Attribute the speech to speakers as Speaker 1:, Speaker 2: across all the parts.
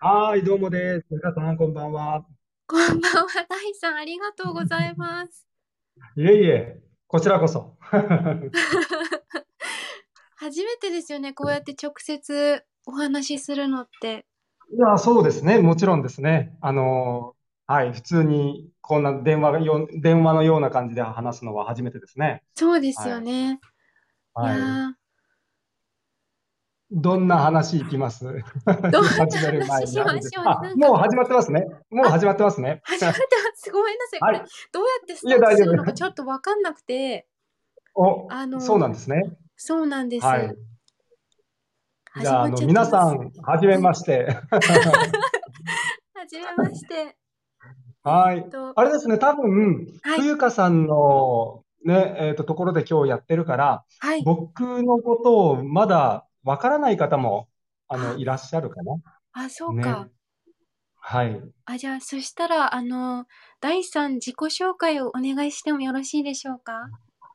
Speaker 1: はーい、どうもです。皆さん、こんばんは。
Speaker 2: こんばんは、大さん、ありがとうございます。
Speaker 1: いえいえ、こちらこそ。
Speaker 2: 初めてですよね、こうやって直接お話しするのって。
Speaker 1: いや、そうですね。もちろんですね。あのーはい、普通にこんな電話がよ、電話のような感じで話すのは初めてですね。
Speaker 2: そうです
Speaker 1: は
Speaker 2: よ
Speaker 1: い。
Speaker 2: ね。いや
Speaker 1: はい。
Speaker 2: ー、
Speaker 1: どんな話いきます
Speaker 2: どん な
Speaker 1: 始める前
Speaker 2: 話
Speaker 1: に
Speaker 2: し
Speaker 1: ある
Speaker 2: ま
Speaker 1: んで
Speaker 2: し
Speaker 1: す。
Speaker 2: ょうね。
Speaker 1: あ、
Speaker 2: なんか
Speaker 1: もう
Speaker 2: こ
Speaker 1: 始まってますね。もう
Speaker 2: う、あ、
Speaker 1: 始まってますね。
Speaker 2: 始まってます。ごめんなさい。こ
Speaker 1: は
Speaker 2: れ、
Speaker 1: い。
Speaker 2: どうやって
Speaker 1: い
Speaker 2: スタ
Speaker 1: や、
Speaker 2: ート
Speaker 1: 大
Speaker 2: す
Speaker 1: 丈
Speaker 2: る
Speaker 1: 夫
Speaker 2: の
Speaker 1: で
Speaker 2: か
Speaker 1: す。
Speaker 2: ちょっとわかんなくて、
Speaker 1: お、
Speaker 2: あ
Speaker 1: そうな
Speaker 2: の、
Speaker 1: んですね。
Speaker 2: そうなんです。
Speaker 1: はい。じ
Speaker 2: 始
Speaker 1: ゃあ、
Speaker 2: ま
Speaker 1: あの、
Speaker 2: っちゃって
Speaker 1: 皆
Speaker 2: ま
Speaker 1: さ
Speaker 2: す。
Speaker 1: ん、はじめ
Speaker 2: はい。
Speaker 1: まして。
Speaker 2: はじめまして。えーっ
Speaker 1: はい。
Speaker 2: と、
Speaker 1: あれですね、多分、
Speaker 2: はい、
Speaker 1: 冬香さんのね、えっと、ところで今日やってるから、
Speaker 2: はい。
Speaker 1: 僕のことをまだわからない方も、あの、
Speaker 2: あ、
Speaker 1: いらっしゃるかな。
Speaker 2: あ、そうか。
Speaker 1: ね。はい。
Speaker 2: あ、じゃあ、そしたら、あの、第3自己紹介をお願いしてもよろしいでしょうか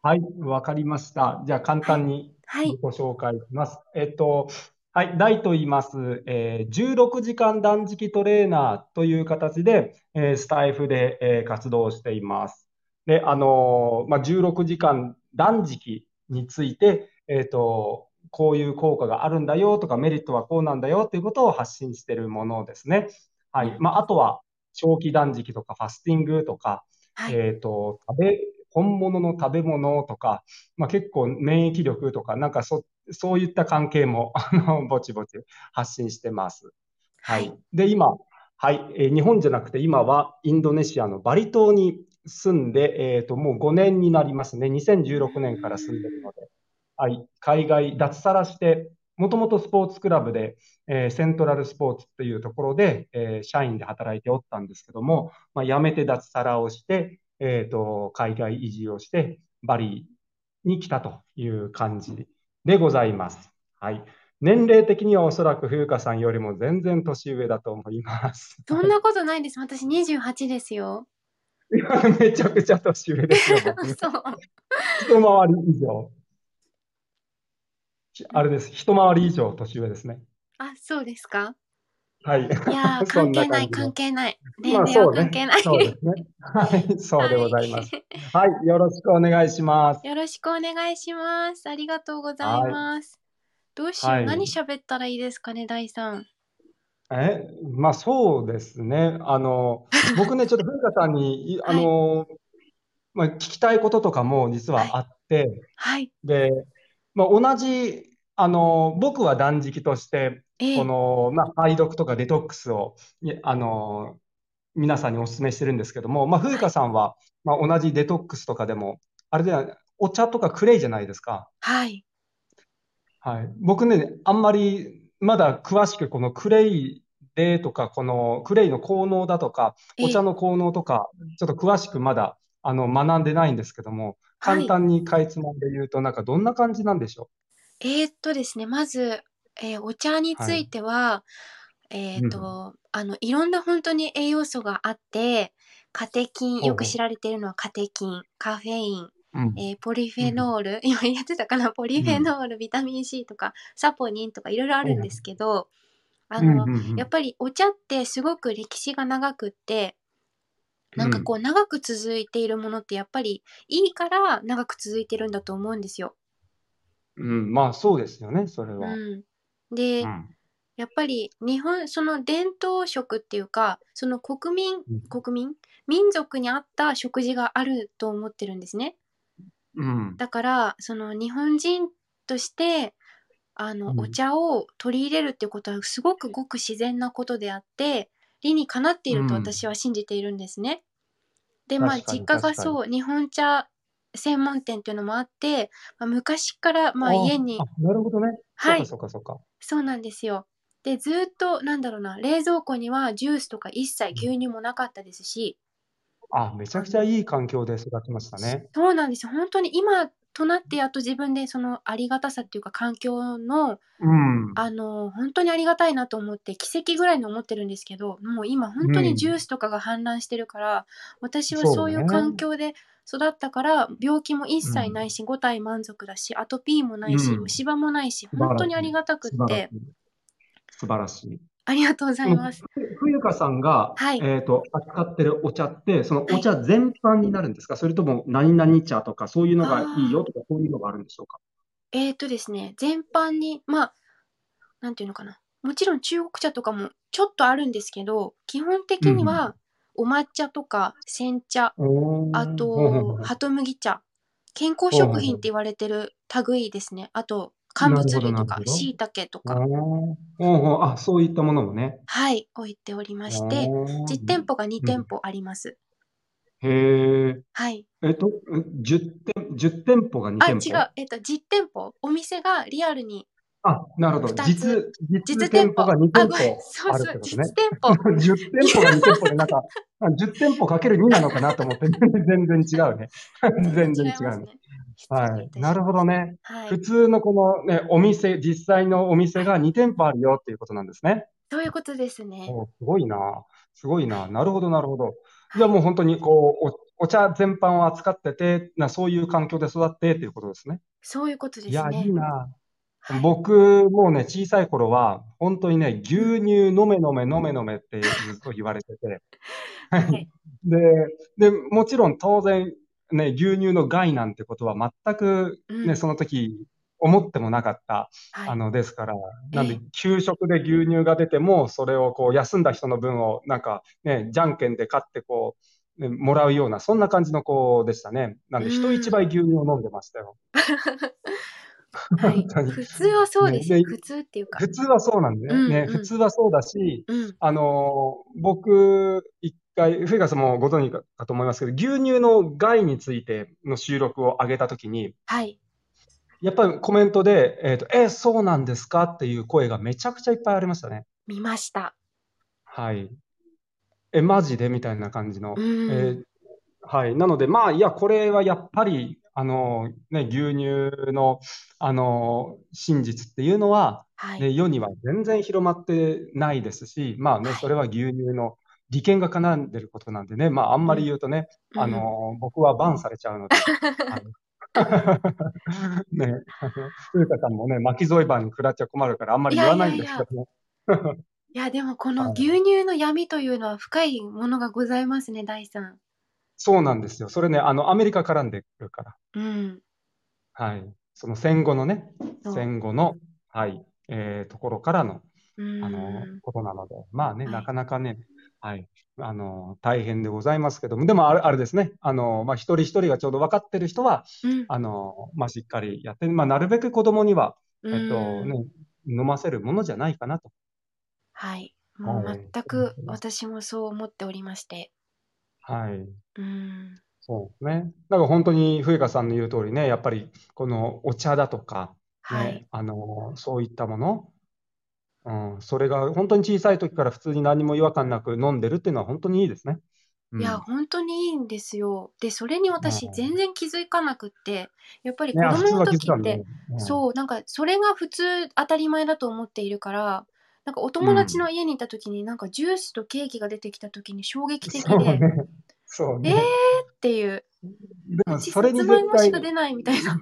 Speaker 1: はい、わかりました。じゃあ、簡
Speaker 2: はい、
Speaker 1: 単に
Speaker 2: は
Speaker 1: 自
Speaker 2: い、
Speaker 1: 己紹介します。えっと、はい、大と言います。えー、16時間断食トレーナーという形で、えースタイフで、えー活動しています。で、あのーまあ、16時間断食について、えっと、こういう効果があるんだよとか、メリットはこうなんだよということを発信しているものですね。は。
Speaker 2: ないる
Speaker 1: ま
Speaker 2: ほ
Speaker 1: あ、あ
Speaker 2: ど。
Speaker 1: とは、長期断食とか、ファスティングとか、
Speaker 2: はい、
Speaker 1: えっと、食べ、本物の食べ物とか、まあ、結構免疫力とか、なんかそ、そういった関係も、 あの、ぼちぼち発信してます。は
Speaker 2: はい、
Speaker 1: い。で、今、はい、えー日本じゃなくて、今はインドネシアのバリ島に住んで、えっと、もう5年になりますね。
Speaker 2: う
Speaker 1: 2016年から住んでる
Speaker 2: ー
Speaker 1: の
Speaker 2: ん、
Speaker 1: で、はい、海外脱サラして、もともとスポーツクラブで、えーセントラルスポーツっていうところで、えー社員で働いておったんですけども、まあ、辞めて脱サラをして、えっと、海外移住をして、バリに来たという感じでございます。はい。年齢的にはおそらく冬香さんよりも全然年上だと思います。
Speaker 2: そ
Speaker 1: は
Speaker 2: ん
Speaker 1: い。
Speaker 2: なことないです。私28ですよ。
Speaker 1: いやめちゃくちゃ年上ですよ、僕。
Speaker 2: そう。
Speaker 1: 一回り以上。ひ
Speaker 2: う
Speaker 1: あれ
Speaker 2: ん
Speaker 1: です。一回り以上年上ですね。
Speaker 2: あ、そうで すか
Speaker 1: はい。
Speaker 2: いやー、
Speaker 1: そ
Speaker 2: 関
Speaker 1: んな
Speaker 2: 係な
Speaker 1: 感
Speaker 2: い、
Speaker 1: じ
Speaker 2: 関
Speaker 1: の。
Speaker 2: 係ない。年
Speaker 1: まあ、
Speaker 2: 齢は
Speaker 1: そう
Speaker 2: 関
Speaker 1: ね。
Speaker 2: 係ない。
Speaker 1: そうですね。はい。 そうで
Speaker 2: は
Speaker 1: ご
Speaker 2: い。
Speaker 1: ざいます。はい。よろしくお願いします。
Speaker 2: よろしくお願いします。ありがとうござい
Speaker 1: はい。
Speaker 2: ます。どうしよ
Speaker 1: は
Speaker 2: う。何
Speaker 1: い。
Speaker 2: 喋ったらいいですかね、第3。
Speaker 1: え、まあ、そうですね。あの、僕ね、ちょっと風香さんに、いあ
Speaker 2: はい、
Speaker 1: の、まあ、聞きたいこととかも実
Speaker 2: は、
Speaker 1: はいあって、
Speaker 2: はい。
Speaker 1: で、まあ、同じ、あの、僕は断食として、こ
Speaker 2: ええ、
Speaker 1: の、まあ、解毒とかデトックスを、いあの、皆さんにお勧めしてるんですけども、まあ、風
Speaker 2: は
Speaker 1: 花
Speaker 2: い、
Speaker 1: さんは、まあ、同じデトックスとかでも、あれでは、お茶とかクレイじゃないですか。
Speaker 2: はい。
Speaker 1: はい。僕ね、あんまり、まだ詳しく、このクレイでとか、このクレイの効能だとか、お
Speaker 2: ええ、
Speaker 1: 茶の効能とか、ちょっと詳しくまだ、あの、学んでないんですけども、
Speaker 2: は
Speaker 1: 簡
Speaker 2: い。
Speaker 1: 単にかいつまんで言うと、なんかどんな感じなんでしょ
Speaker 2: えーっとですね、まず、えーお茶に
Speaker 1: うは
Speaker 2: つい
Speaker 1: い。
Speaker 2: ては、えーっ
Speaker 1: うん。
Speaker 2: と、あの、いろんな本当に栄養素があって、カテキン、
Speaker 1: ほ
Speaker 2: よ
Speaker 1: う
Speaker 2: く
Speaker 1: ほ
Speaker 2: 知られているのはカテキン、カフェイン、
Speaker 1: う。うん。
Speaker 2: えーポリフ
Speaker 1: う
Speaker 2: ェ
Speaker 1: ん。
Speaker 2: ノール、 今やってたかな、ポリ
Speaker 1: う
Speaker 2: フェ
Speaker 1: ん。
Speaker 2: ノール、ビタミン C とか、サポニンとかいろいろあ
Speaker 1: はい
Speaker 2: るん
Speaker 1: はい。
Speaker 2: ですけど、あ
Speaker 1: うん。
Speaker 2: の、
Speaker 1: うん。う
Speaker 2: やっ
Speaker 1: ん。
Speaker 2: ぱりお茶ってすごく歴史が長くって、
Speaker 1: う
Speaker 2: なんかこ
Speaker 1: ん。
Speaker 2: う長く続いているものってやっぱりいいから長く続いてるんだと思うんですよ。
Speaker 1: うん。まあ、そうですよね、それは。
Speaker 2: うん。
Speaker 1: う
Speaker 2: で、
Speaker 1: ん。
Speaker 2: やっぱり日本、その伝統食っていうか、その国民、
Speaker 1: うん。
Speaker 2: 国民、民族に合った食事があると思ってるんですね。
Speaker 1: うん。
Speaker 2: だから、その日本人として、あ
Speaker 1: う
Speaker 2: の、お
Speaker 1: ん。
Speaker 2: 茶を取り入れるっていうことはすごくごく自然なことであって、理にかなっていうると
Speaker 1: ん
Speaker 2: 私は信じているんですね。で、まあ、
Speaker 1: 確か
Speaker 2: 実
Speaker 1: に、
Speaker 2: 家
Speaker 1: 確
Speaker 2: が
Speaker 1: かに。
Speaker 2: そう、日本茶専門店っていうのもあって、まあ、昔から、まあ、
Speaker 1: あ
Speaker 2: 家に、
Speaker 1: あ、なるほどね。そうか、
Speaker 2: はい、
Speaker 1: そうか、そうか。
Speaker 2: そうなんですよ。で、ずーっと、なんだろうな、冷蔵庫にはジュースとか一切
Speaker 1: うん
Speaker 2: 牛乳もなかったですし、
Speaker 1: あ、めちゃ
Speaker 2: あ
Speaker 1: くちゃ
Speaker 2: の、
Speaker 1: いい環境で育ちましたね。
Speaker 2: そうなんですよ。本当に今となってやっと自分でそのありがたさっていうか環境の、
Speaker 1: うん。
Speaker 2: あの、本当にありがたいなと思って奇跡ぐらいに思ってるんですけど、もう今本
Speaker 1: う
Speaker 2: 当にジュー
Speaker 1: ん。
Speaker 2: スとかが氾濫してるから、私は
Speaker 1: そ
Speaker 2: そう
Speaker 1: う
Speaker 2: いう
Speaker 1: ね。
Speaker 2: 環境で育ったから病気も一
Speaker 1: う
Speaker 2: 切ない
Speaker 1: ん。
Speaker 2: し、五体満足だし、アトピーもな
Speaker 1: う
Speaker 2: いし、
Speaker 1: ん。
Speaker 2: 虫歯もないし、
Speaker 1: 素
Speaker 2: 本
Speaker 1: 晴ら
Speaker 2: 当
Speaker 1: し
Speaker 2: にあり
Speaker 1: い。
Speaker 2: がたくっ、
Speaker 1: 素晴らしてい。素晴らしい。
Speaker 2: ありがとうございます。
Speaker 1: 冬香さんが、
Speaker 2: はい
Speaker 1: えっと、扱ってるお茶って、そのお茶全般になるんですかそれとも、何々茶とか、そういうのがいいよとか、そういうのがあるんでしょうか
Speaker 2: えーとですね、全般に、まあ、なんていうのかな。もちろん中国茶とかもちょっとあるんですけど、基本的にはお抹茶とか煎茶、
Speaker 1: おー
Speaker 2: あ
Speaker 1: ほうほうほ
Speaker 2: と、
Speaker 1: う
Speaker 2: ハトムギ茶。健
Speaker 1: ほ
Speaker 2: 康
Speaker 1: うほうほ
Speaker 2: 食
Speaker 1: う
Speaker 2: 品って言われてる類ですね。あと、乾物類
Speaker 1: なるほど
Speaker 2: と
Speaker 1: な
Speaker 2: か
Speaker 1: るほ、ど
Speaker 2: 椎茸とか、
Speaker 1: おーほうほうあ、そういったものもね。
Speaker 2: はい、置いておりまして、
Speaker 1: おー
Speaker 2: 実店舗が
Speaker 1: ん
Speaker 2: 2店舗あります。
Speaker 1: へえ。
Speaker 2: はい。
Speaker 1: えっと、10店、10店舗が2
Speaker 2: あ、違
Speaker 1: 店
Speaker 2: う
Speaker 1: 舗。。
Speaker 2: えっと、実店舗。お店がリアルに、
Speaker 1: あ、なるほど。
Speaker 2: 二つ
Speaker 1: 実、実店
Speaker 2: 実店舗。
Speaker 1: 舗が2店
Speaker 2: あ、ごめん。
Speaker 1: 舗
Speaker 2: そ
Speaker 1: あ
Speaker 2: う
Speaker 1: るっ
Speaker 2: そ
Speaker 1: て
Speaker 2: う。
Speaker 1: ことね
Speaker 2: 実。店
Speaker 1: 10店
Speaker 2: 舗。
Speaker 1: 舗が2店舗で、なんか、あ10店舗かける2なのかなと思って、 全然違うね。 全然違
Speaker 2: います
Speaker 1: うね。
Speaker 2: ね。
Speaker 1: はい。なるほどね。
Speaker 2: はい
Speaker 1: 普。通のこのね、お店、実際のお店が2店舗あるよっていうことなんですね。
Speaker 2: そういうことですね。
Speaker 1: おすごいな。すごいな。なるほど、なるほど。じゃあもう本当にこう、おお茶全般を扱ってて、なそういう環境で育ってっていうことですね。
Speaker 2: そういうことで
Speaker 1: い
Speaker 2: す
Speaker 1: や、い
Speaker 2: ね。
Speaker 1: いな。
Speaker 2: はい
Speaker 1: 僕もね、小さい頃は、本当にね、牛乳飲め飲め飲め飲めってずっと言われてて。
Speaker 2: はい。
Speaker 1: で、で、もちろん当然、ね、牛乳の害なんてことは全く
Speaker 2: うん
Speaker 1: ね、その時思ってもなかった。
Speaker 2: は
Speaker 1: あ
Speaker 2: い。
Speaker 1: の、ですから、なん
Speaker 2: え
Speaker 1: で、給食で牛乳が出ても、それをこう、休んだ人の分を、なんか、ね、じゃんけんで買ってこう、ねもらうような、そんな感じの子でしたね。なんで、
Speaker 2: うん
Speaker 1: 人一倍牛乳を飲んでましたよ。
Speaker 2: は
Speaker 1: 本当
Speaker 2: い。
Speaker 1: に
Speaker 2: 普通はそうですよ
Speaker 1: ね。で
Speaker 2: 普通っていうか。
Speaker 1: 普通はそうなんだよね。
Speaker 2: うんうん
Speaker 1: 普通はそうだし、
Speaker 2: うん。
Speaker 1: あのー僕、一回、冬川さんもご存知かと思いますけど、牛乳の害についての収録を上げたときに、
Speaker 2: はい。
Speaker 1: やっぱりコメントで、えっと、え、そうなんですかっていう声がめちゃくちゃいっぱいありましたね。
Speaker 2: 見ました。
Speaker 1: はい。え、マジでみたいな感じの。
Speaker 2: うん
Speaker 1: えーはい。なので、まあ、いや、これはやっぱり、あの、ね、牛乳の、あの、真実っていうのは、
Speaker 2: は
Speaker 1: ね、
Speaker 2: い。
Speaker 1: 世には全然広まってないですし、まあね、
Speaker 2: はい
Speaker 1: それは牛乳の利権が絡んでることなんでね、まあ、あんまり言うとね、あの、僕はバンされちゃうので、 あのね、 風花さんもね、巻き添えバンに食らっちゃ困るから、あんまり言わないんですけどね。
Speaker 2: いや、でもこ
Speaker 1: は
Speaker 2: の
Speaker 1: い
Speaker 2: 牛乳の闇というのは深いものがございますね、大さん。
Speaker 1: そうなんですよ。それね、あの、アメリカ絡んでくるから。
Speaker 2: うん。
Speaker 1: はい。その戦後のね、
Speaker 2: そう
Speaker 1: 戦後の、はい、えーところからの、
Speaker 2: うん
Speaker 1: あの、ことなので、まあね、
Speaker 2: はい
Speaker 1: なかなかね、はい、あの、大変でございますけども、でもあれ、あれですね、あの、まあ、一人一人がちょうど分かってる人は、
Speaker 2: うん
Speaker 1: あの、まあ、しっかりやって、まあ、なるべく子供には、えっと、
Speaker 2: うん
Speaker 1: ね、飲ませるものじゃないかなと。
Speaker 2: はい。も
Speaker 1: はいう
Speaker 2: 全く私もそう思っておりまして。
Speaker 1: はい。
Speaker 2: うん。
Speaker 1: そうですね。だから本当に、冬香さんの言う通りね、やっぱり、このお茶だとか、
Speaker 2: はい
Speaker 1: ね。、あの、そういったもの、うん、それが本当に小さい時から普通に何も違和感なく飲んでるっていうのは本当にいいですね。うん
Speaker 2: いや、本当にいいんですよ。で、それに私
Speaker 1: うん
Speaker 2: 全然気づかなくって、やっぱり子
Speaker 1: ね、あ普通
Speaker 2: 供の
Speaker 1: は気づ
Speaker 2: 時
Speaker 1: か
Speaker 2: っ
Speaker 1: ん
Speaker 2: て
Speaker 1: ね、。うん
Speaker 2: そう、なんかそれが普通当たり前だと思っているから、なんかお友達の家にいた時になんかジュースとケーキが出てきた時に衝撃的
Speaker 1: そう
Speaker 2: で、
Speaker 1: ね。そう
Speaker 2: えー
Speaker 1: ね。
Speaker 2: っていう、
Speaker 1: でも、
Speaker 2: うち
Speaker 1: そ
Speaker 2: さ
Speaker 1: れに
Speaker 2: つまい
Speaker 1: 絶
Speaker 2: もし
Speaker 1: 対、
Speaker 2: か出ないみたいな。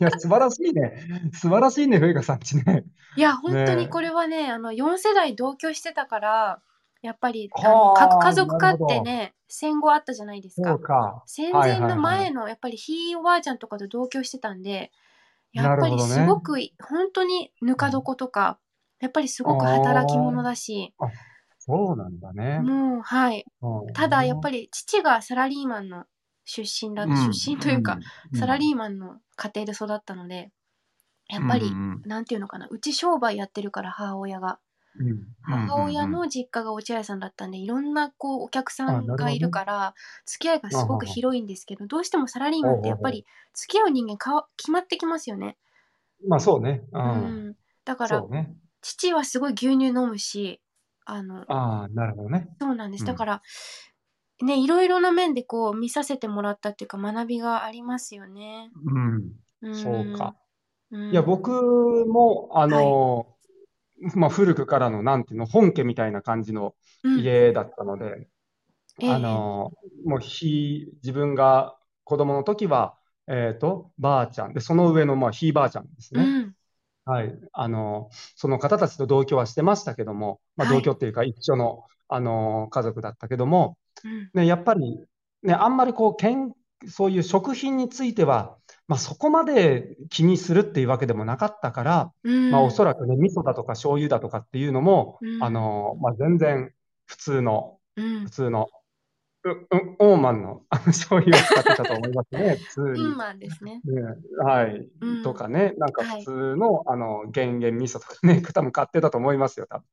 Speaker 1: いや、素晴らしいね。素晴らしいね、冬香さんちね。
Speaker 2: いや、本当
Speaker 1: ねえ
Speaker 2: にこれはね、あの、4世代同居してたから、やっぱり、あ
Speaker 1: は
Speaker 2: の、
Speaker 1: あ
Speaker 2: 核家族化っ
Speaker 1: なる
Speaker 2: て
Speaker 1: ほど
Speaker 2: ね、戦後あったじゃないです
Speaker 1: そ
Speaker 2: か
Speaker 1: う。か。
Speaker 2: 戦
Speaker 1: はいは
Speaker 2: 前
Speaker 1: い
Speaker 2: の
Speaker 1: はい
Speaker 2: 前の、やっぱりひいおばあちゃんとかと同居してたんで、や
Speaker 1: な
Speaker 2: っ
Speaker 1: る
Speaker 2: ぱ
Speaker 1: ほ
Speaker 2: り
Speaker 1: どね
Speaker 2: すごくい、本当にぬか床とか、やっぱりすごく働き者だし、
Speaker 1: そうなんだね。
Speaker 2: もう、はい。
Speaker 1: うん
Speaker 2: ただ、やっぱり父がサラリーマンの出身だ、
Speaker 1: うん
Speaker 2: 出身というか、
Speaker 1: うん
Speaker 2: サラリーマンの家庭で育ったので、やっぱり
Speaker 1: う、ん
Speaker 2: なんていうのかな、うち商売やってるから、母親が。
Speaker 1: うんうん
Speaker 2: 母親
Speaker 1: うんうんうん
Speaker 2: の実家がお茶屋さんだったんでいろんなこうお客さ
Speaker 1: あなんるほど
Speaker 2: が
Speaker 1: ね
Speaker 2: いるから付き合いがすごく広いんですけどどうしてもサラリーマンってやっぱり付き合う人間かわ決まってきますよね。
Speaker 1: まあそうね。う。
Speaker 2: うんん、だから
Speaker 1: そうね。
Speaker 2: 父はすごい牛乳飲むしあの
Speaker 1: ああ、なるほどね。
Speaker 2: そうなんで
Speaker 1: う
Speaker 2: す
Speaker 1: ん
Speaker 2: だから、ねいろいろな面でこう見させてもらったっていうか学びがありますよね。
Speaker 1: うん。
Speaker 2: うん、
Speaker 1: そうか。
Speaker 2: うん。
Speaker 1: いや、僕も、あの、まあ古くからの、なんていうの、本家みたいな感じの
Speaker 2: うん、
Speaker 1: 家だったので、
Speaker 2: ええ
Speaker 1: あの、もうひ、自分が子供の時は、えっと、ばあちゃん。で、その上の、まあ、ひいばあちゃんです
Speaker 2: う
Speaker 1: ね。
Speaker 2: ん
Speaker 1: はい。あの、その方たちと同居はしてましたけども、まあ、
Speaker 2: はい
Speaker 1: 同居っていうか一緒の、あの、家族だったけども、
Speaker 2: うん。
Speaker 1: ね、やっぱり、ね、あんまりこう、けん、そういう食品については、まあ、そこまで気にするっていうわけでもなかったから、
Speaker 2: うん。
Speaker 1: まあ、おそらくね、味噌だとか醤油だとかっていうのも
Speaker 2: う、ん
Speaker 1: あの、まあ、全然普通の、
Speaker 2: うん
Speaker 1: 普。通の、う、う、オーマンの、 あの、醤油を使ってたと思います ね、普通
Speaker 2: ピ
Speaker 1: に
Speaker 2: ー。マンですね。
Speaker 1: ね、はい、
Speaker 2: うん
Speaker 1: とかね、なんか
Speaker 2: はい
Speaker 1: 普通の、あの減塩味噌とかね、 多分買ってたと思いますよ、多分。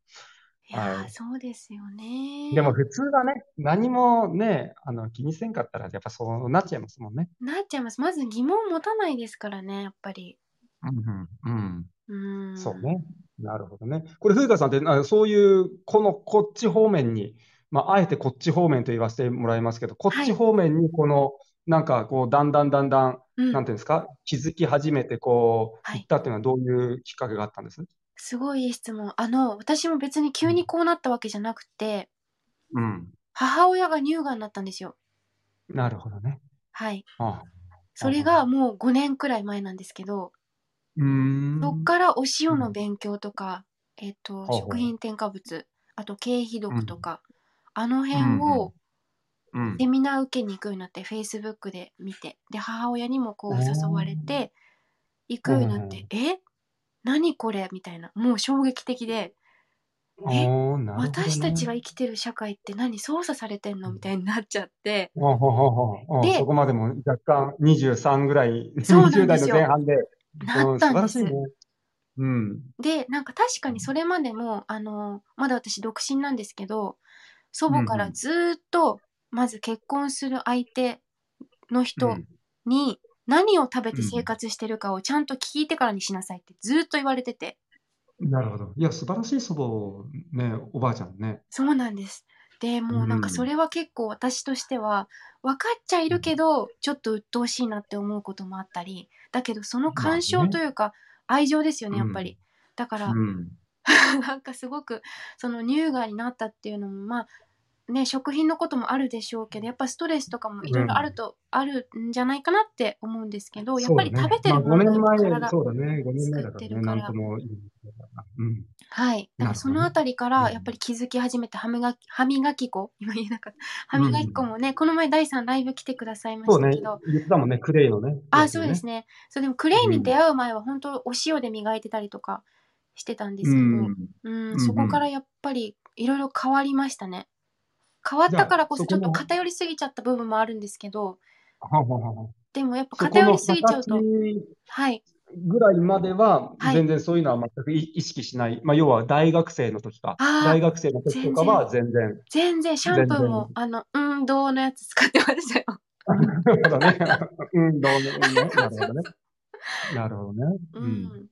Speaker 2: いやー、
Speaker 1: はい
Speaker 2: そうですよね。
Speaker 1: でも普通はね、何もね、あの気にせんかったら、やっぱそうなっちゃいますもんね。
Speaker 2: なっちゃいます。まず疑問持たないですからね、やっぱり。
Speaker 1: うんうん、
Speaker 2: うん。
Speaker 1: そう。ね。なるほどね。これ、風花さんって、あそういう、この、こっち方面に、まあ、あえてこっち方面と言わせてもらいますけど、こっち方面に、この、なんか、こう、だんだんだんだん、
Speaker 2: うん
Speaker 1: なんていうんですか、気づき始めて、こう、
Speaker 2: はい
Speaker 1: 行ったっていうのは、どういうきっかけがあったんです
Speaker 2: すごいいい質問。あの、私も別に急にこうなったわけじゃなくて、
Speaker 1: うん。
Speaker 2: 母親が乳がんになったんですよ。
Speaker 1: なるほどね。
Speaker 2: はい。
Speaker 1: ああ
Speaker 2: それがもう5年くらい前なんですけど、
Speaker 1: うーん
Speaker 2: そっからお塩の勉強とか、えっと、
Speaker 1: ほうほう
Speaker 2: 食品添加物、あと経費毒とか、あの辺を
Speaker 1: うん
Speaker 2: セミナー受けに行くようになって、Facebook で見て、で、母親にもこう
Speaker 1: おー
Speaker 2: 誘われて、行くようになって、え何これみたいな、もう衝撃的で、え
Speaker 1: おーなるほどね
Speaker 2: 私たちが生きてる社会って何操作されてんのみたいになっちゃって
Speaker 1: ほうほうほうほう
Speaker 2: で
Speaker 1: そこまでも若干23ぐらい、
Speaker 2: そうなんですよ
Speaker 1: 20代の前半で、
Speaker 2: な
Speaker 1: う
Speaker 2: っ
Speaker 1: ん素晴
Speaker 2: たん
Speaker 1: ら
Speaker 2: で
Speaker 1: し
Speaker 2: す。
Speaker 1: いね。うん。
Speaker 2: でなんか確かにそれまでもあのまだ私独身なんですけど祖母か
Speaker 1: うんう
Speaker 2: ら
Speaker 1: ん
Speaker 2: ずーっとまず結婚する相手の
Speaker 1: う
Speaker 2: 人
Speaker 1: ん
Speaker 2: に何を食べて生活してるかをちゃんと聞いてからにしなさいってずーっと言われてて
Speaker 1: なるほど。いや、素晴らしい祖母、ね、おばあちゃんね。
Speaker 2: そうなんです。でもうなんか
Speaker 1: うん
Speaker 2: それは結構私としては分かっちゃいるけどちょっと鬱陶しいなって思うこともあったりだけどその干
Speaker 1: まあ
Speaker 2: 渉
Speaker 1: ね
Speaker 2: というか愛情ですよねやっぱ
Speaker 1: うん
Speaker 2: り。だから、
Speaker 1: うん。
Speaker 2: なんかすごくその乳がんになったっていうのもまあね食品のこともあるでしょうけどやっぱストレスとかもいろいろあると、あるんじゃないかなって思うんですけどやっぱり食べてる
Speaker 1: も
Speaker 2: も
Speaker 1: ね
Speaker 2: の
Speaker 1: まあ、
Speaker 2: が
Speaker 1: 5年前、
Speaker 2: 体
Speaker 1: そうだね、5年前だか
Speaker 2: 作って
Speaker 1: らね、
Speaker 2: るか
Speaker 1: な
Speaker 2: ら
Speaker 1: んとも言えないからうん。
Speaker 2: はい。だからそのあたり
Speaker 1: な
Speaker 2: か
Speaker 1: るほど
Speaker 2: ら、
Speaker 1: ね
Speaker 2: やっぱり気づき始めて、歯磨き、歯磨き粉今言えなかった。歯
Speaker 1: うん
Speaker 2: 磨き粉もね、この前、第3ライブ来てくださいま
Speaker 1: そう
Speaker 2: した
Speaker 1: ね
Speaker 2: けど、、
Speaker 1: 言ってたもんね、クレイのね。
Speaker 2: あ、そうです
Speaker 1: ね。
Speaker 2: ね。そう、でも、クレイに出会う前は、本当お塩で磨いてたりとかしてたんです
Speaker 1: う
Speaker 2: けど、
Speaker 1: ん。
Speaker 2: うん、
Speaker 1: うん
Speaker 2: そこからやっぱり、いろいろ変わりましたね。変わったからこそ、
Speaker 1: じ
Speaker 2: ち
Speaker 1: ゃ
Speaker 2: ょ
Speaker 1: あ
Speaker 2: っ
Speaker 1: そことの
Speaker 2: 偏りすぎちゃった部分もあるんですけど、
Speaker 1: はははは。
Speaker 2: でもやっぱ
Speaker 1: そこ
Speaker 2: 偏
Speaker 1: の
Speaker 2: りすぎちゃうと、
Speaker 1: 形
Speaker 2: はい。
Speaker 1: ぐらいまでは、
Speaker 2: はい
Speaker 1: 全然そういうのは全く意識しない。まあ、要は大学生の時か。
Speaker 2: あー
Speaker 1: 大学生の時とかは全然。
Speaker 2: 全然、シャンプーも
Speaker 1: 全然、
Speaker 2: あの、運動のやつ使ってましたよ。
Speaker 1: なるほどね。運動の、ね、なるほどね。なるほどね。
Speaker 2: う
Speaker 1: うんん。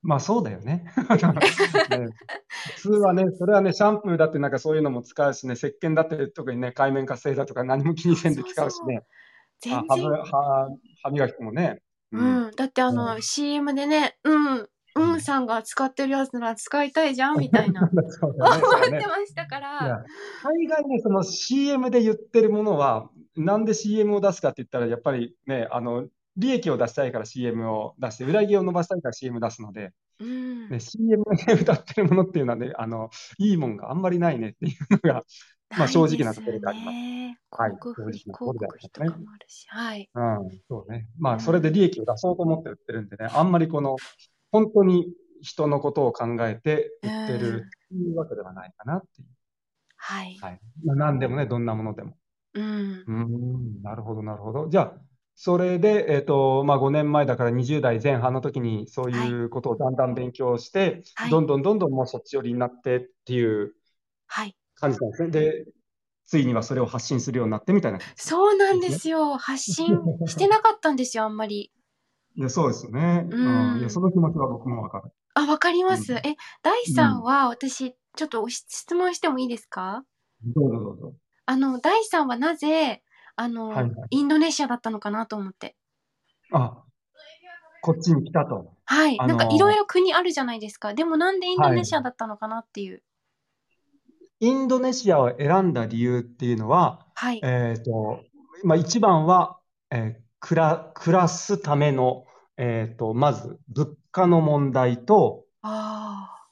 Speaker 1: まあそうだよね。 ね普通はね、それはね、シャンプーだってなんかそういうのも使うしね、石鹸だって特にね、界面活性だとか何も気にせんで使うしね。
Speaker 2: 全
Speaker 1: あ歯
Speaker 2: 然
Speaker 1: ぶ歯歯磨きもね。
Speaker 2: うん、だってあの、
Speaker 1: う
Speaker 2: CM でね、うん、うんさんが使ってるやつなら使いたいじゃんみたい な
Speaker 1: そうだ
Speaker 2: 思
Speaker 1: ね。そうだ
Speaker 2: っ
Speaker 1: ね
Speaker 2: てましたか
Speaker 1: いや
Speaker 2: ら、
Speaker 1: 大概ね、その CM で言ってるものは、なんで CM を出すかって言ったら、やっぱりね、あの、利益を出したいから CM を出して、売り上げを伸ばしたいから CM 出すので、
Speaker 2: うん、
Speaker 1: ね、CM で歌ってるものっていうのはね、あの、いいもんがあんまりないねっていうのが、まあ正直なところであります
Speaker 2: ないですよね。
Speaker 1: はい
Speaker 2: 広告
Speaker 1: 正
Speaker 2: 費、
Speaker 1: 直
Speaker 2: 広
Speaker 1: なところで
Speaker 2: 告
Speaker 1: あります
Speaker 2: 費とかもあるし、はい。
Speaker 1: うん、そうね。ま
Speaker 2: う
Speaker 1: あ、
Speaker 2: ん
Speaker 1: それで利益を出そうと思って売ってるんでね、あんまりこの、本当に人のことを考えて売って
Speaker 2: うん
Speaker 1: るっていうわけではないかなっていう。
Speaker 2: はい。
Speaker 1: はい。まあ、何でもね、どんなものでも。
Speaker 2: う
Speaker 1: う
Speaker 2: ん
Speaker 1: ーん、なるほど、なるほど。じゃあ、それで、えっと、まあ、5年前だから20代前半の時に、そういうことをだんだん勉強して、
Speaker 2: はい
Speaker 1: どんどんどんどんもうそっち寄りになってっていう
Speaker 2: はい。
Speaker 1: 感じなんですね。で、ついにはそれを発信するようになってみたいな。
Speaker 2: そうなんですよ。発信してなかったんですよ、あん まり。
Speaker 1: いや、そうですよね。
Speaker 2: うん
Speaker 1: いや、その気持ちは僕もわかる。
Speaker 2: あ、わかります。
Speaker 1: うん
Speaker 2: え、大さんは私、ちょっとお質問してもいいですか
Speaker 1: どうぞどうぞ。
Speaker 2: あの、大さんはなぜ、あの、
Speaker 1: はいはい
Speaker 2: インドネシアだったのかなと思って。
Speaker 1: あ、こっちに来たと。
Speaker 2: はい、
Speaker 1: あのー
Speaker 2: なんかいろいろ国あるじゃないですか。でもなんでインドネシアだったのかなっていう。
Speaker 1: インドネシアを選んだ理由っていうのは、
Speaker 2: はい。
Speaker 1: えっと、まあ、一番は、えー暮ら、暮らすための、えっと、まず物家の問題と、
Speaker 2: ああ。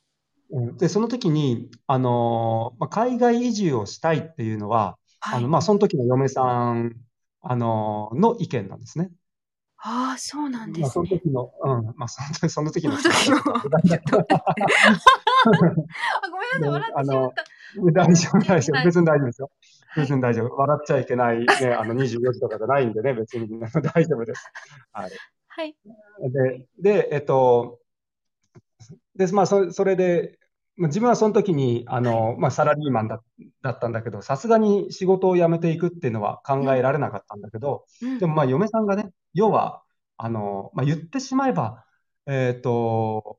Speaker 1: うんで、その時に、あのーまあ、海外移住をしたいっていうのは、
Speaker 2: は
Speaker 1: あの、
Speaker 2: い。
Speaker 1: まあ、その時の嫁さん、あのーの意見なんですね。
Speaker 2: ああ、そうなんで
Speaker 1: まあ、
Speaker 2: す
Speaker 1: その
Speaker 2: ね。
Speaker 1: 時の、うん、まあ、そのその時
Speaker 2: そ
Speaker 1: の
Speaker 2: の
Speaker 1: って言い
Speaker 2: 時
Speaker 1: 方
Speaker 2: の、
Speaker 1: ち
Speaker 2: ち
Speaker 1: ょっ
Speaker 2: ょ
Speaker 1: と
Speaker 2: っ
Speaker 1: 無駄になっで
Speaker 2: と待って。あ、ごめんなさい、
Speaker 1: もあ
Speaker 2: 笑ってしまっ
Speaker 1: の、
Speaker 2: た。
Speaker 1: 大
Speaker 2: 笑
Speaker 1: 丈夫、
Speaker 2: っちゃい
Speaker 1: 大
Speaker 2: け
Speaker 1: 丈夫。
Speaker 2: ない。
Speaker 1: 別に大丈夫ですよ。
Speaker 2: は
Speaker 1: 別
Speaker 2: い。
Speaker 1: に大丈夫。笑っちゃいけないね、あの、24時とかじゃないんでね、別に 大丈夫です。はい。
Speaker 2: はい。
Speaker 1: で、で、えっと、で、まあ、そ、それで、まあ、自分はその時に、あ
Speaker 2: はい。
Speaker 1: の、まあ、サラリーマンだ、だったんだけど、さすがに仕事を辞めていくっていうのは
Speaker 2: う
Speaker 1: 考え
Speaker 2: ん。
Speaker 1: られなかったんだけど、
Speaker 2: う
Speaker 1: で
Speaker 2: ん。
Speaker 1: も、まあ、嫁さんがね、要は、あの、まあ、言ってしまえば、えっと、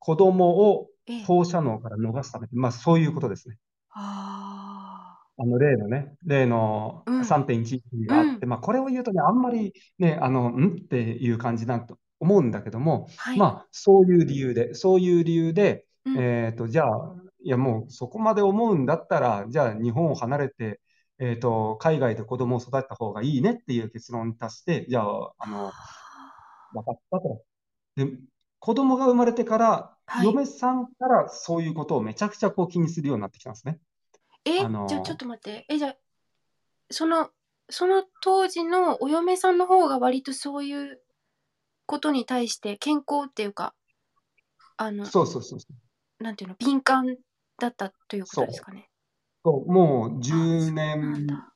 Speaker 1: 子供を
Speaker 2: ええ。
Speaker 1: 放射能から逃すために、まあ、そういうことですね。
Speaker 2: ああ。
Speaker 1: あの例のね、例の
Speaker 2: うん。
Speaker 1: 3.11があ
Speaker 2: う
Speaker 1: っ
Speaker 2: ん。
Speaker 1: て、まあ、これを言うとね、あんまりね、あの、んっていう感じだと思うんだけども、
Speaker 2: はい。
Speaker 1: まあ、そういう理由で、そういう理由で、
Speaker 2: うん。
Speaker 1: えっと、じゃあ、いや、もうそこまで思うんだったら、じゃあ、日本を離れて、えっと、海外で子供を育てた方がいいねっていう結論に達して、じゃあ、あの、分かったと。で、子供が生まれてから、
Speaker 2: はい。
Speaker 1: 嫁さんからそういうことをめちゃくちゃこう気にするようになってきたんですね。
Speaker 2: え、
Speaker 1: あ
Speaker 2: じゃあちょっ
Speaker 1: の、
Speaker 2: と待って。え、じゃあ、その、その当時のお嫁さんの方が割とそういうことに対して健康っていうか、あの、
Speaker 1: そうそうそうそう。
Speaker 2: なんていうの、敏感だったということです
Speaker 1: そう。
Speaker 2: かね。
Speaker 1: そうもう
Speaker 2: あ、
Speaker 1: 10
Speaker 2: そうなん
Speaker 1: 年
Speaker 2: だ。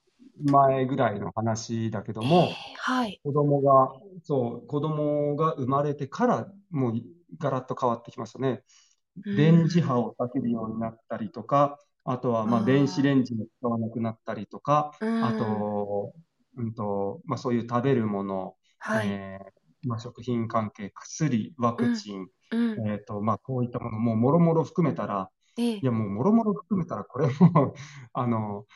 Speaker 1: 前ぐらいの話だけど
Speaker 2: え
Speaker 1: も、
Speaker 2: ー、はい。
Speaker 1: 子供が、そう、子供が生まれてから、もうガラッと変わってきましたね。
Speaker 2: う
Speaker 1: 電磁波
Speaker 2: ーん。
Speaker 1: を避けるようになったりとか、あとは、まあ、電子
Speaker 2: あ
Speaker 1: レンジも使わなくなったりとか、
Speaker 2: あ、
Speaker 1: あ
Speaker 2: うーん。
Speaker 1: と、うんと、まあ、そういう食べるもの、
Speaker 2: はい。
Speaker 1: えー、まあ、食品関係、薬、ワ
Speaker 2: う
Speaker 1: ク
Speaker 2: ん。
Speaker 1: チン、
Speaker 2: うん。
Speaker 1: えっと、まあ、こういったもの、もう、もろもろ含めたら、
Speaker 2: え
Speaker 1: い
Speaker 2: え。
Speaker 1: や、もう、もろもろ含めたら、これも あの、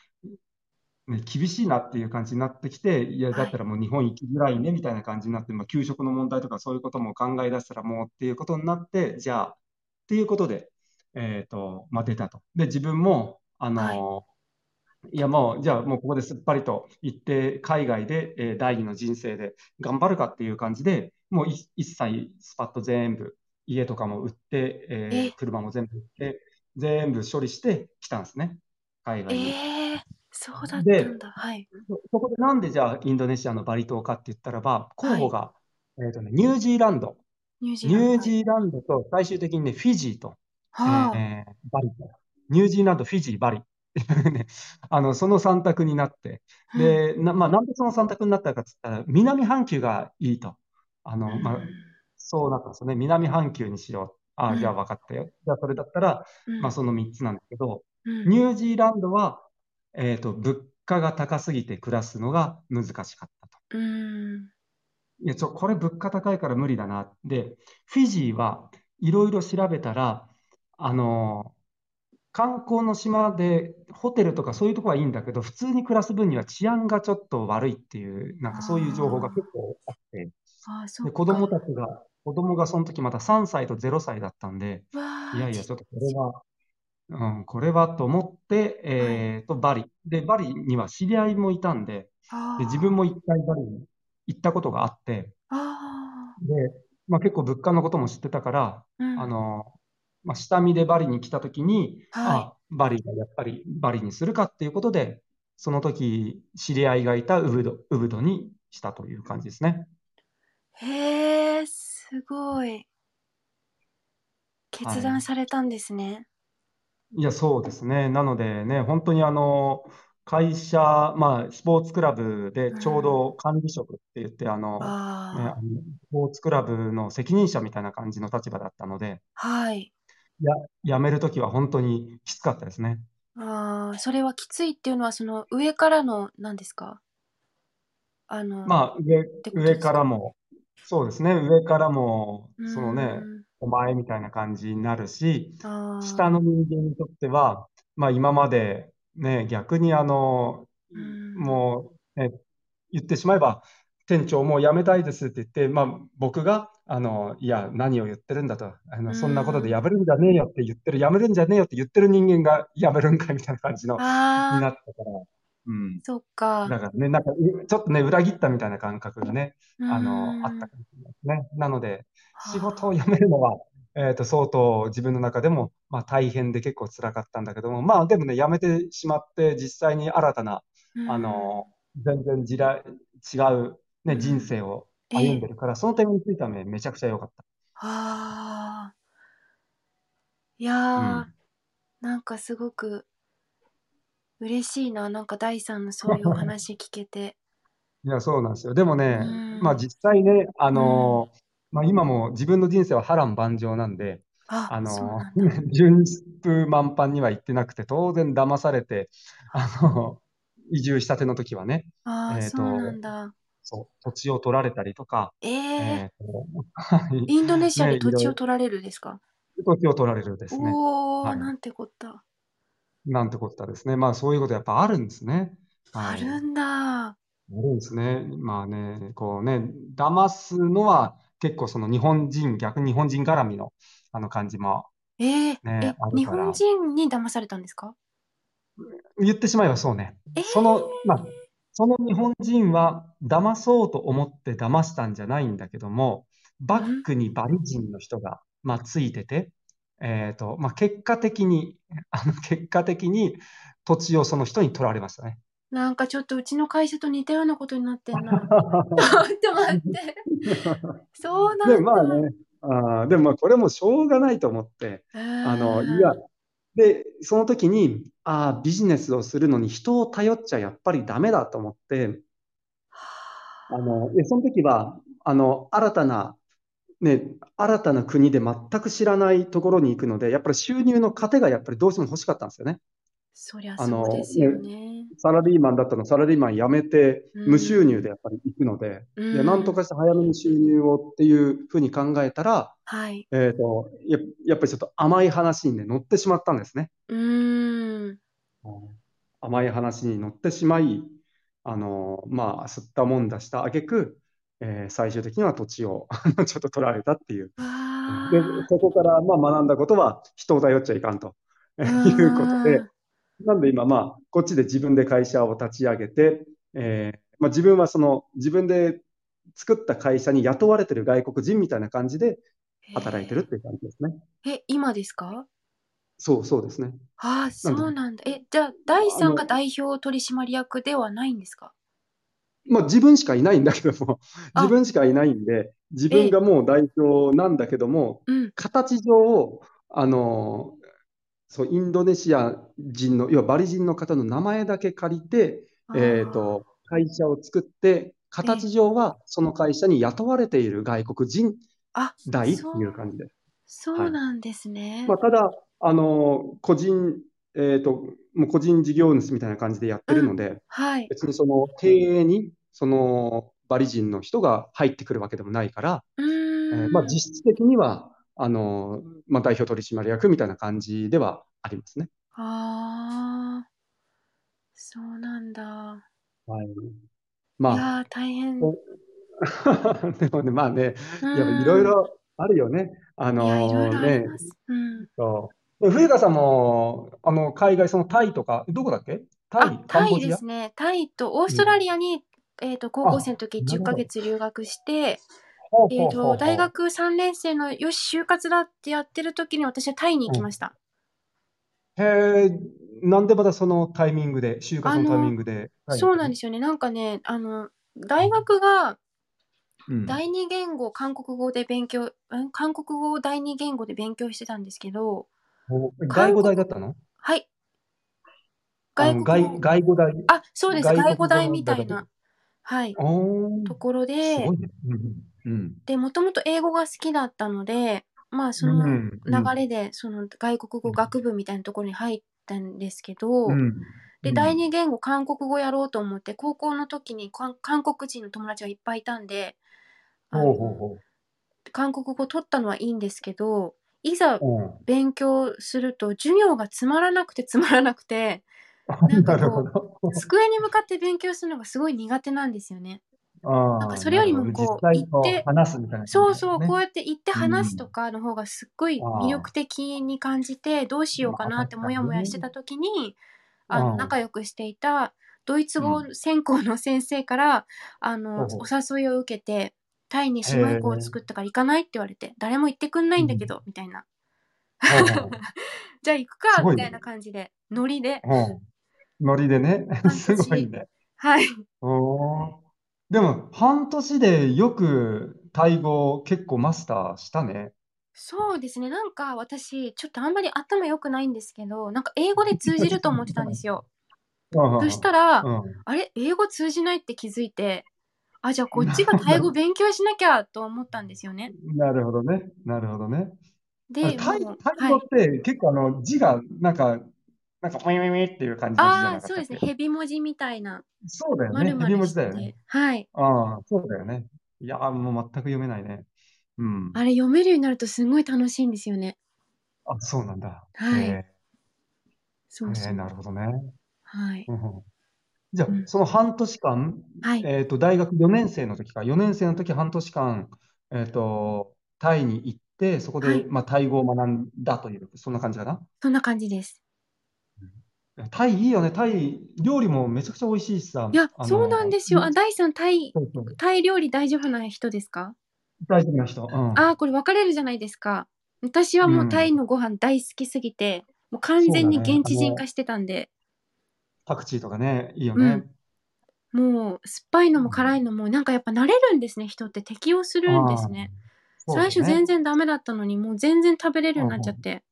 Speaker 1: ね、厳しいなっていう感じになってきて、いや、だ
Speaker 2: は
Speaker 1: った
Speaker 2: い。
Speaker 1: らもう日本行きづらいねみたいな感じになって、まあ、給食の問題とかそういうことも考え出したらもうっていうことになって、じゃあ、っていうことで、えっと、まあ、出たと。で、自分も、あ
Speaker 2: はい。
Speaker 1: の、いや、もう、じゃあ、もうここですっぱりと行って、海外で、えー第二の人生で頑張るかっていう感じで、もうい一切スパッと全部、家とかも売って、え
Speaker 2: え、
Speaker 1: ー車も全部売って、全部処理してきたんですね、海外に。
Speaker 2: ええ、そうだった
Speaker 1: で、
Speaker 2: んだ。はい。
Speaker 1: そそこでなんでじゃあインドネシアのバリ島かって言ったらば、候
Speaker 2: は
Speaker 1: 補
Speaker 2: い。
Speaker 1: が、えーとね、ニュージーランド、
Speaker 2: ニュージー
Speaker 1: ニ
Speaker 2: ラン
Speaker 1: ュージー
Speaker 2: ド。はい。
Speaker 1: ランドと最終的にね、フィジーと、
Speaker 2: は
Speaker 1: えーバリと、ニュージーランド、フィジー、バリ っていうね、あの、その3択になって、
Speaker 2: あ。うん。
Speaker 1: で、な、まあ、なんでその3択になったかって言ったら、南半球がいいと。あ
Speaker 2: う
Speaker 1: の、まあ、
Speaker 2: ん。
Speaker 1: そうなったんですよね。南半球にしよう。あ
Speaker 2: う
Speaker 1: あ、じゃあ
Speaker 2: ん。
Speaker 1: 分かったよ。じゃあそれだったら、
Speaker 2: う
Speaker 1: まあ、
Speaker 2: ん。
Speaker 1: その3つなんだけど、
Speaker 2: うん。
Speaker 1: ニュージーランドは、えっと、物価が高すぎて暮らすのが難しかったと。
Speaker 2: うーん。
Speaker 1: いや、ちょ、これ物価高いから無理だな。で、フィジーはいろいろ調べたら、あのー観光の島でホテルとかそういうとこはいいんだけど、普通に暮らす分には治安がちょっと悪いっていう、なんかそういう情報が結
Speaker 2: あ
Speaker 1: 構あって、
Speaker 2: あ、ああ、そ
Speaker 1: で、
Speaker 2: っ
Speaker 1: 子供
Speaker 2: か。
Speaker 1: たちが、子供がその時まだ3歳と0歳だったんで、い
Speaker 2: うわあ、
Speaker 1: やい
Speaker 2: ち
Speaker 1: や、
Speaker 2: っ
Speaker 1: ちょっとこれ
Speaker 2: ち
Speaker 1: は、うん、これはと思って、
Speaker 2: ゃい。はい。
Speaker 1: えーと、バリ。で、バリには知り合いもいたんで、で、自分
Speaker 2: あ
Speaker 1: も一回バリに行ったことがあって、
Speaker 2: あ、ああ、
Speaker 1: で、まあ、結構物価のことも知ってたから、
Speaker 2: う
Speaker 1: あ
Speaker 2: ん。
Speaker 1: の、まあ、下見でバリに来たときに、
Speaker 2: はい。
Speaker 1: あ、バリがやっぱりバリにするかっていうことで、その時知り合いがいたウブド、ウブドにしたという感じですね。
Speaker 2: へえ、すごい。決
Speaker 1: は
Speaker 2: 断
Speaker 1: い。
Speaker 2: されたんですね。
Speaker 1: いや、そうですね。なのでね、本当にあの、会社、まあ、スポーツクラブで
Speaker 2: う。
Speaker 1: ちょうんど管理職って言って、あの、ね、あの
Speaker 2: あ
Speaker 1: スポーツクラブの責任者みたいな感じの立場だったので、
Speaker 2: あ、はい。
Speaker 1: や、辞めるときは本当にきつかったですね。
Speaker 2: ああ、それはきついっていうのは、その上からの、何ですかあの、っ
Speaker 1: まあ、上、
Speaker 2: てこと
Speaker 1: 上
Speaker 2: です
Speaker 1: から
Speaker 2: か
Speaker 1: も、そうですね、上からも、
Speaker 2: う
Speaker 1: そのね、
Speaker 2: ーん。
Speaker 1: お前みたいな感じになるし、下の
Speaker 2: ああ、
Speaker 1: 人間にとっては、まあ今まで、ね、逆にあの、
Speaker 2: うーん。
Speaker 1: もう、ね、言ってしまえば、店長もう辞めたいですって言って、まあ僕が、あの、いや、何を言ってるんだと、あ
Speaker 2: う
Speaker 1: の、そんなことで
Speaker 2: ーん。
Speaker 1: 辞めるんじゃねえよって言ってる、辞めるんじゃねえよって言ってる人間が辞めるんかいみたいな感じの、に
Speaker 2: あ
Speaker 1: なった
Speaker 2: あ、
Speaker 1: から、うん。
Speaker 2: そう
Speaker 1: だ
Speaker 2: か。
Speaker 1: からね、なんか、うちょっとね、裏切ったみたいな感覚がね、あ
Speaker 2: うん
Speaker 1: の、あったかもしれないですね。なので、仕事を
Speaker 2: は
Speaker 1: 辞めるのは、えっと、相当自分の中でも、まあ、大変で結構辛かったんだけども、まあ、でもね、辞めてしまって、実際に新たな、
Speaker 2: あ
Speaker 1: あの、全然時代、違う、
Speaker 2: う
Speaker 1: ね、
Speaker 2: ん
Speaker 1: 人生を
Speaker 2: うん
Speaker 1: 歩んでるから、その点についてはね、めちゃくちゃ良かった。
Speaker 2: ああ。いや
Speaker 1: う
Speaker 2: ー
Speaker 1: ん、
Speaker 2: なんかすごく嬉しいな。なんか第三のそういうお話聞けて。
Speaker 1: いや、そうなんですよ。でも
Speaker 2: う
Speaker 1: ね、まあ
Speaker 2: ん。
Speaker 1: 実際ね、あ
Speaker 2: うん。
Speaker 1: のーまあ今も自分の人生は波乱万丈なんで、
Speaker 2: あ、
Speaker 1: あ
Speaker 2: そう
Speaker 1: の
Speaker 2: なんだ。
Speaker 1: ー順風満帆には行ってなくて、当然騙されて、あのー移住したての時はね、
Speaker 2: ああ、
Speaker 1: えっ
Speaker 2: そうなん
Speaker 1: と、
Speaker 2: だ。
Speaker 1: そう、土地を取られたりとか、
Speaker 2: ええ
Speaker 1: えっと、はい
Speaker 2: インドネシア
Speaker 1: ね、
Speaker 2: に
Speaker 1: い
Speaker 2: 土地
Speaker 1: ろ
Speaker 2: を取られるですか
Speaker 1: い ろ土地を取られるですね。
Speaker 2: お
Speaker 1: は
Speaker 2: ー、
Speaker 1: い。
Speaker 2: なんてこった。
Speaker 1: なんてことだですね。まあそういうことやっぱあるんですね。
Speaker 2: あ
Speaker 1: はい。
Speaker 2: るんだ。
Speaker 1: あるんですね。まあね、こうね、騙すのは結構その日本人、逆に日本人絡みのあの感じも
Speaker 2: ええ
Speaker 1: ね、
Speaker 2: え、
Speaker 1: ある
Speaker 2: 日
Speaker 1: か
Speaker 2: 本
Speaker 1: ら、
Speaker 2: 人に騙されたんですか
Speaker 1: 言ってしまえばそうね。
Speaker 2: ええ
Speaker 1: その、まあ、その日本人は騙そうと思って騙したんじゃないんだけども、バ
Speaker 2: う
Speaker 1: ッ
Speaker 2: ん
Speaker 1: クにバリ人の人が、まあ、ついてて、えっと、まあ、結果的に、 あの、結果的に土地をその人に取られましたね。
Speaker 2: なんかちょっとうちの会社と似たようなことになってんな。 ちょっと待って。そう
Speaker 1: で、
Speaker 2: なん
Speaker 1: まあ
Speaker 2: だ。
Speaker 1: ね、あーでもまあこれもしょうがないと思って、
Speaker 2: う
Speaker 1: あの、い
Speaker 2: ー
Speaker 1: や、
Speaker 2: ん。
Speaker 1: で、その時に、ああ、ビジネスをするのに人を頼っちゃやっぱりダメだと思って、あの、で、その時は、あの、新たな、ね、新たな国で全く知らないところに行くので、やっぱり収入の糧がやっぱりどうしても欲しかったんですよね。
Speaker 2: そりゃ
Speaker 1: あ
Speaker 2: そうで
Speaker 1: の、
Speaker 2: すよ
Speaker 1: ね、
Speaker 2: ね。
Speaker 1: サラリーマンだったの、サラリーマン辞めて、
Speaker 2: う
Speaker 1: 無収入
Speaker 2: ん。
Speaker 1: でやっぱり行くので、
Speaker 2: う
Speaker 1: いや、なんと
Speaker 2: ん。
Speaker 1: かして早めに収入をっていうふうに考えたら、
Speaker 2: はい。
Speaker 1: えっと、や、やっぱりちょっと甘い話にね、乗ってしまったんですね。
Speaker 2: うーん。
Speaker 1: うん甘い話に乗ってしまい、あの、まあ、吸ったもんだした挙句、えー最終的には土地を あのちょっと取られたっていう。
Speaker 2: わ
Speaker 1: うんで、
Speaker 2: あ。
Speaker 1: そこからまあ学んだことは、人を頼っちゃいかんとえ
Speaker 2: う
Speaker 1: ー いうこと
Speaker 2: ー
Speaker 1: で、
Speaker 2: ん。
Speaker 1: なんで今、まあ、こっちで自分で会社を立ち上げて、えーまあ、自分はその、自分で作った会社に雇われてる外国人みたいな感じで働いてるっていう感じですね。
Speaker 2: え、え、今ですか
Speaker 1: そう、そうですね。
Speaker 2: ああ、
Speaker 1: なんで、
Speaker 2: そうなんだ。え、じゃあ、第
Speaker 1: あ
Speaker 2: 三が
Speaker 1: の、
Speaker 2: 代表取締役ではないんですか
Speaker 1: まあ、自分しかいないんだけども、自
Speaker 2: あ、
Speaker 1: 分しかいないんで、自分
Speaker 2: え、
Speaker 1: がもう代表なんだけども、
Speaker 2: うん。
Speaker 1: 形上、あの、そう、インドネシア人の、要はバリ人の方の名前だけ借りて、えっ
Speaker 2: あ
Speaker 1: と、会社を作って、
Speaker 2: あ、え、
Speaker 1: 形上はその会社に雇われている外国人
Speaker 2: あ、
Speaker 1: 代って
Speaker 2: そ
Speaker 1: いう
Speaker 2: う、
Speaker 1: 感じです。
Speaker 2: そ
Speaker 1: は
Speaker 2: う
Speaker 1: い。
Speaker 2: なんです
Speaker 1: ま
Speaker 2: ね。
Speaker 1: あ、ただ、あの、個人、えっと、もう個人事業主みたいな感じでやってる
Speaker 2: う
Speaker 1: の
Speaker 2: ん、
Speaker 1: で、
Speaker 2: はい。
Speaker 1: 別にその経営にそのバリ人の人が入ってくるわけでもないから、
Speaker 2: う
Speaker 1: えーまあ
Speaker 2: ーん。
Speaker 1: 実質的には、あの、まあ代表取締役みたいな感じではありますね。
Speaker 2: ああ、そうなんだ。
Speaker 1: はい。
Speaker 2: い
Speaker 1: まあ、
Speaker 2: やー、大変。
Speaker 1: お でもね、まあね、
Speaker 2: う
Speaker 1: やっぱいろい
Speaker 2: ーん。
Speaker 1: ろあるよね。あ
Speaker 2: いや、いろ
Speaker 1: の
Speaker 2: いろあり
Speaker 1: ね、
Speaker 2: ます。うん。
Speaker 1: そうで冬香さんも、あの、海外、そのタイとか、どこだっけタ
Speaker 2: あ、
Speaker 1: イ、カ
Speaker 2: タ
Speaker 1: ン
Speaker 2: イ
Speaker 1: ボ
Speaker 2: で
Speaker 1: ジア
Speaker 2: すね。タイとオー
Speaker 1: う
Speaker 2: ストラ
Speaker 1: ん。
Speaker 2: リアに、えっと、高校生
Speaker 1: あ、
Speaker 2: の時
Speaker 1: な
Speaker 2: 10
Speaker 1: る
Speaker 2: ヶ
Speaker 1: ほど。
Speaker 2: 月留学して、
Speaker 1: ほう
Speaker 2: えっ
Speaker 1: ほうほ
Speaker 2: と、
Speaker 1: う
Speaker 2: 大
Speaker 1: ほう。
Speaker 2: 学3年生のよし、就活だってやってる時に私はタイに行き
Speaker 1: う
Speaker 2: ま
Speaker 1: ん
Speaker 2: した。
Speaker 1: へえ、なんでまたそのタイミングで、就活
Speaker 2: あ
Speaker 1: のタイミン
Speaker 2: の、
Speaker 1: グで会に行
Speaker 2: そう
Speaker 1: った
Speaker 2: なん
Speaker 1: の
Speaker 2: ですよね。なんかね、あの、大学が
Speaker 1: うん。
Speaker 2: 第二言語、韓国語で勉強、ん韓国語を第二言語で勉強してたんですけど、
Speaker 1: お外
Speaker 2: 韓
Speaker 1: 語
Speaker 2: 国、
Speaker 1: 大だったの
Speaker 2: はい、
Speaker 1: あ
Speaker 2: 外
Speaker 1: の、
Speaker 2: 国
Speaker 1: 外、
Speaker 2: 語、
Speaker 1: 外語大、
Speaker 2: あ、そうです、
Speaker 1: 外
Speaker 2: 外
Speaker 1: 国
Speaker 2: 語
Speaker 1: 語
Speaker 2: 大
Speaker 1: の
Speaker 2: み
Speaker 1: 大
Speaker 2: たい
Speaker 1: 学。
Speaker 2: な、はい、
Speaker 1: おー、
Speaker 2: ところ
Speaker 1: す
Speaker 2: で、
Speaker 1: ごいね。うん。
Speaker 2: で、もともと英語が好きだったので、まあ、
Speaker 1: う
Speaker 2: そ
Speaker 1: ん。う
Speaker 2: の
Speaker 1: ん。う
Speaker 2: 流
Speaker 1: ん。
Speaker 2: れで、その外国
Speaker 1: う
Speaker 2: 語学部みたいなところに入ったんですけど、
Speaker 1: ん。う
Speaker 2: で、第
Speaker 1: ん。
Speaker 2: 二言語、韓国語やろうと思って、高校の時に韓韓国人の友達がいっぱいいたんで、あ
Speaker 1: ほうほう
Speaker 2: の、
Speaker 1: ほ
Speaker 2: 韓国語取ったのはいいんですけど、いざ
Speaker 1: う。う。
Speaker 2: 勉強すると授業がつまらなくてつまらなくて、なん んか
Speaker 1: なるほ
Speaker 2: こ
Speaker 1: ど。
Speaker 2: う、机に向かって勉強するのがすごい苦手なんですよね。なんか
Speaker 1: ああ、
Speaker 2: それ
Speaker 1: な
Speaker 2: よ
Speaker 1: るほど
Speaker 2: りも
Speaker 1: ね。実
Speaker 2: こう、
Speaker 1: 際
Speaker 2: 行
Speaker 1: に
Speaker 2: っ
Speaker 1: こう、
Speaker 2: て、
Speaker 1: 話すみたいな感
Speaker 2: そう
Speaker 1: じだよ
Speaker 2: そう、こ
Speaker 1: ね。
Speaker 2: うやって行って
Speaker 1: う
Speaker 2: 話すと
Speaker 1: ん。
Speaker 2: かの方がすっごい魅
Speaker 1: ああ、
Speaker 2: 力的に感じて、どうしよう
Speaker 1: ま
Speaker 2: か
Speaker 1: あ
Speaker 2: なっ
Speaker 1: 確
Speaker 2: て
Speaker 1: か
Speaker 2: モヤ
Speaker 1: に
Speaker 2: モヤして
Speaker 1: ね。
Speaker 2: た時
Speaker 1: う
Speaker 2: に、あの、
Speaker 1: ん。
Speaker 2: 仲良くしていたドイツ語専攻の先生から、あの
Speaker 1: ほう
Speaker 2: お誘いを受けてタイに姉妹校を作ったから行かないって言われて誰も行ってくんないんだけど、みたいな
Speaker 1: はいはい
Speaker 2: じゃあ行く
Speaker 1: す
Speaker 2: か
Speaker 1: ごい
Speaker 2: み
Speaker 1: ね
Speaker 2: たいな感じでノリで
Speaker 1: うんノリでね、すごいね。
Speaker 2: はい
Speaker 1: おーでも、半年でよくタイ語を結構マスターしたね。
Speaker 2: そうですねなんか私ちょっとあんまり頭良くないんですけどなんか英語で通じると思ってたんですよそ
Speaker 1: そ
Speaker 2: したら、
Speaker 1: うん、
Speaker 2: あれ英語通じないって気づいてあじゃあこっちがタイ語勉強しなきゃと思ったんですよね
Speaker 1: なるほどね。なるほどね。
Speaker 2: で
Speaker 1: タイ、
Speaker 2: もう
Speaker 1: タイ
Speaker 2: は
Speaker 1: 語
Speaker 2: い
Speaker 1: って結構あの字がなんか、なんか、ウィンウィンウィンっていう感じの字じゃ
Speaker 2: あ
Speaker 1: な
Speaker 2: あ
Speaker 1: か
Speaker 2: そう
Speaker 1: った
Speaker 2: で
Speaker 1: っ
Speaker 2: すね
Speaker 1: け
Speaker 2: ヘビ文字みたいな
Speaker 1: そうだよ
Speaker 2: ま
Speaker 1: ね。
Speaker 2: る
Speaker 1: ヘ
Speaker 2: ま
Speaker 1: ビ
Speaker 2: る
Speaker 1: 文
Speaker 2: し
Speaker 1: 字だ
Speaker 2: て
Speaker 1: よね。
Speaker 2: はい
Speaker 1: ああ、そうだよね。いやー、もう全く読めないね。うん。
Speaker 2: あれ読めるようになるとすごい楽しいんですよね
Speaker 1: あ、そうなんだ。
Speaker 2: はい
Speaker 1: え
Speaker 2: そう
Speaker 1: ー
Speaker 2: そ
Speaker 1: えー
Speaker 2: う
Speaker 1: なるほどね。
Speaker 2: はい
Speaker 1: うんうんじゃあ
Speaker 2: う、ん
Speaker 1: その半年間、
Speaker 2: はい
Speaker 1: えっと、大学4年生の時か、4年生の時半年間、えっと、タイに行って、そこ
Speaker 2: は
Speaker 1: で
Speaker 2: い、
Speaker 1: まあ、タイ語を学んだという、そんな感じかな。
Speaker 2: そんな感じです
Speaker 1: タイいいよね。タイ、料理もめちゃくちゃ美味しいしさ
Speaker 2: い、や
Speaker 1: あ
Speaker 2: そうなん
Speaker 1: の、
Speaker 2: ですよあ大さんタイ
Speaker 1: そうそう
Speaker 2: タイ料理大丈夫な人ですか
Speaker 1: 大丈夫な人。うん。
Speaker 2: ああ、これ分かれるじゃないですか。私はもうタイのご飯大好きすぎて、もう完
Speaker 1: そう
Speaker 2: 全
Speaker 1: だ
Speaker 2: に
Speaker 1: ね。
Speaker 2: 現
Speaker 1: あ
Speaker 2: 地人
Speaker 1: の、
Speaker 2: 化してたんで、
Speaker 1: パクチーとかね、いいよ
Speaker 2: う
Speaker 1: ね
Speaker 2: ん。もう酸っぱいの
Speaker 1: う
Speaker 2: も辛い
Speaker 1: ん
Speaker 2: のも、なんかやっぱ慣れるんですね、人って適応するんで
Speaker 1: ああ、
Speaker 2: すね。
Speaker 1: そう
Speaker 2: 最
Speaker 1: だ
Speaker 2: 初全
Speaker 1: ね。
Speaker 2: 然ダメだったのに、もう全然食べれるようになっちゃっ
Speaker 1: う
Speaker 2: て、
Speaker 1: ん。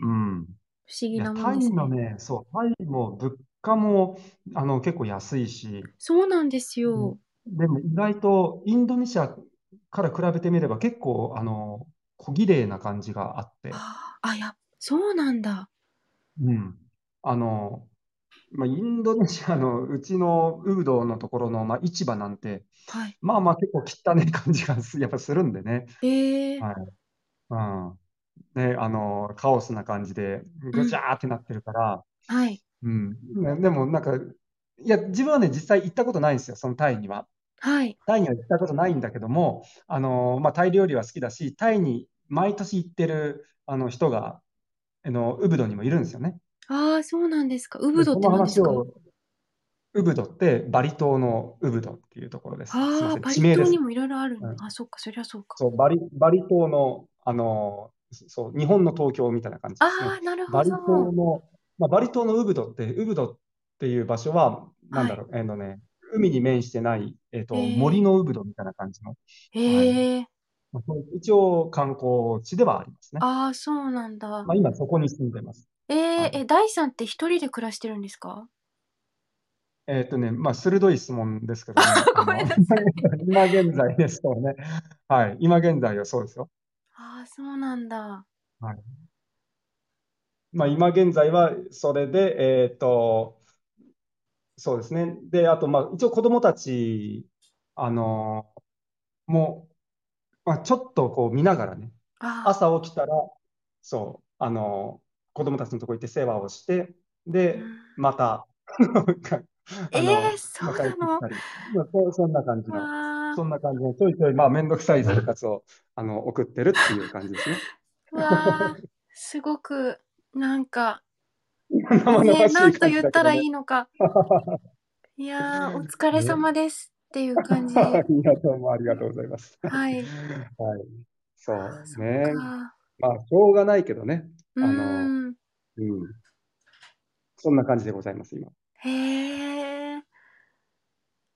Speaker 1: うん
Speaker 2: 不思議
Speaker 1: いや、
Speaker 2: なもん
Speaker 1: タイ
Speaker 2: です
Speaker 1: の
Speaker 2: ね。
Speaker 1: ね、そう、タイも物価も、あの、結構安いし、
Speaker 2: そうなんで
Speaker 1: う
Speaker 2: す
Speaker 1: ん
Speaker 2: よ。
Speaker 1: でも意外とインドネシアから比べてみれば結構、あの、小綺麗な感じがあって、
Speaker 2: あーあ、やっ、そうなんだ。
Speaker 1: うん。あの、まあ、インドネシアのうちのウードのところの、まあ、市場なんて、
Speaker 2: はい。
Speaker 1: まあまあ結構汚い感じがすやっぱするんでね。
Speaker 2: えー、
Speaker 1: はい。うんね、あの、カオスな感じで、
Speaker 2: う
Speaker 1: ごち
Speaker 2: ん、
Speaker 1: ゃーってなってるから、
Speaker 2: はい、
Speaker 1: うん。ねでもなんか、いや、自分はね、実際行ったことないんですよ、そのタイには。
Speaker 2: はい、
Speaker 1: タイには行ったことないんだけども、あの、まあ、タイ料理は好きだし、タイに毎年行ってる、あの、人が、あの、ウブドにもいるんですよね。
Speaker 2: ああ、そうなんですか。ウブ
Speaker 1: で、
Speaker 2: ドっ
Speaker 1: そ
Speaker 2: て
Speaker 1: の
Speaker 2: 何です
Speaker 1: 話
Speaker 2: か
Speaker 1: を、ウブドってバリ島のウブドっていうところです。すいま
Speaker 2: ああ
Speaker 1: せ
Speaker 2: ー、
Speaker 1: ん、
Speaker 2: バ
Speaker 1: 地
Speaker 2: リ
Speaker 1: 名
Speaker 2: 島
Speaker 1: で
Speaker 2: に
Speaker 1: す。
Speaker 2: もいろいろある
Speaker 1: う
Speaker 2: の。
Speaker 1: ん
Speaker 2: あ、そっか、そりゃそうか。
Speaker 1: そう、バリ、バリ島の、あの、そう、日本の東京みたいな感じですね。
Speaker 2: ああ、なるほ
Speaker 1: バリ島
Speaker 2: ど。
Speaker 1: の、まあ、バリ島のウブドって、ウブドっていう場所は、なん
Speaker 2: は
Speaker 1: だ
Speaker 2: い。
Speaker 1: ろう、えーのね、海に面してない、えっと、
Speaker 2: え
Speaker 1: 森のウブドみたいな感じの、
Speaker 2: ー、
Speaker 1: はい。
Speaker 2: えー、
Speaker 1: まあそういう一応観光地ではありますね。
Speaker 2: ああ、そうなんだ。
Speaker 1: まあ、今そこに住んでます。
Speaker 2: え
Speaker 1: は
Speaker 2: ー、
Speaker 1: い。
Speaker 2: え、ダイさんって一人で暮らしてるんですか
Speaker 1: えっとね、まあ、鋭い質問ですけ どね、あ
Speaker 2: ごめん
Speaker 1: の、
Speaker 2: なさい。
Speaker 1: 今現在ですとね、はい、今現在はそうですよ。
Speaker 2: ああ、そうなんだ。
Speaker 1: はいまあ、今現在はそれで、えっと、そうですね。で、あと、まあ、一応子供たち、あのもう、まあ、ちょっとこう見ながらね、
Speaker 2: あ
Speaker 1: 朝起きたら、そう、あの子供たちのとこ行って世話をして、
Speaker 2: あ、う
Speaker 1: で、
Speaker 2: ん。
Speaker 1: また、
Speaker 2: え
Speaker 1: あ
Speaker 2: ー、
Speaker 1: の、
Speaker 2: そ
Speaker 1: まあ、
Speaker 2: う
Speaker 1: 帰っ
Speaker 2: な
Speaker 1: てき
Speaker 2: の
Speaker 1: たり、まあ、そそんな感じの、
Speaker 2: わ
Speaker 1: そんな感じの、ちょいちょい、まあ、めんどくさい生活を、あの、送ってるっていう感じですね。
Speaker 2: あ、わあ、すごく、なんか、
Speaker 1: 生
Speaker 2: ねえ、
Speaker 1: 々し
Speaker 2: ないんと
Speaker 1: 感じ
Speaker 2: 言
Speaker 1: だけ
Speaker 2: った
Speaker 1: ど
Speaker 2: ら
Speaker 1: ね。
Speaker 2: いい のか。いやー、お疲れ
Speaker 1: ね。
Speaker 2: 様ですっていう 感
Speaker 1: あ
Speaker 2: じ。
Speaker 1: りがとうもありがとうございます。はい。
Speaker 2: はい。あ
Speaker 1: そ
Speaker 2: あ、
Speaker 1: う
Speaker 2: そっ
Speaker 1: ね。
Speaker 2: か。
Speaker 1: まあ、しょうがないけどね。
Speaker 2: う
Speaker 1: あの、
Speaker 2: ーん。
Speaker 1: うん。そんな感じでございます、今。
Speaker 2: へえ。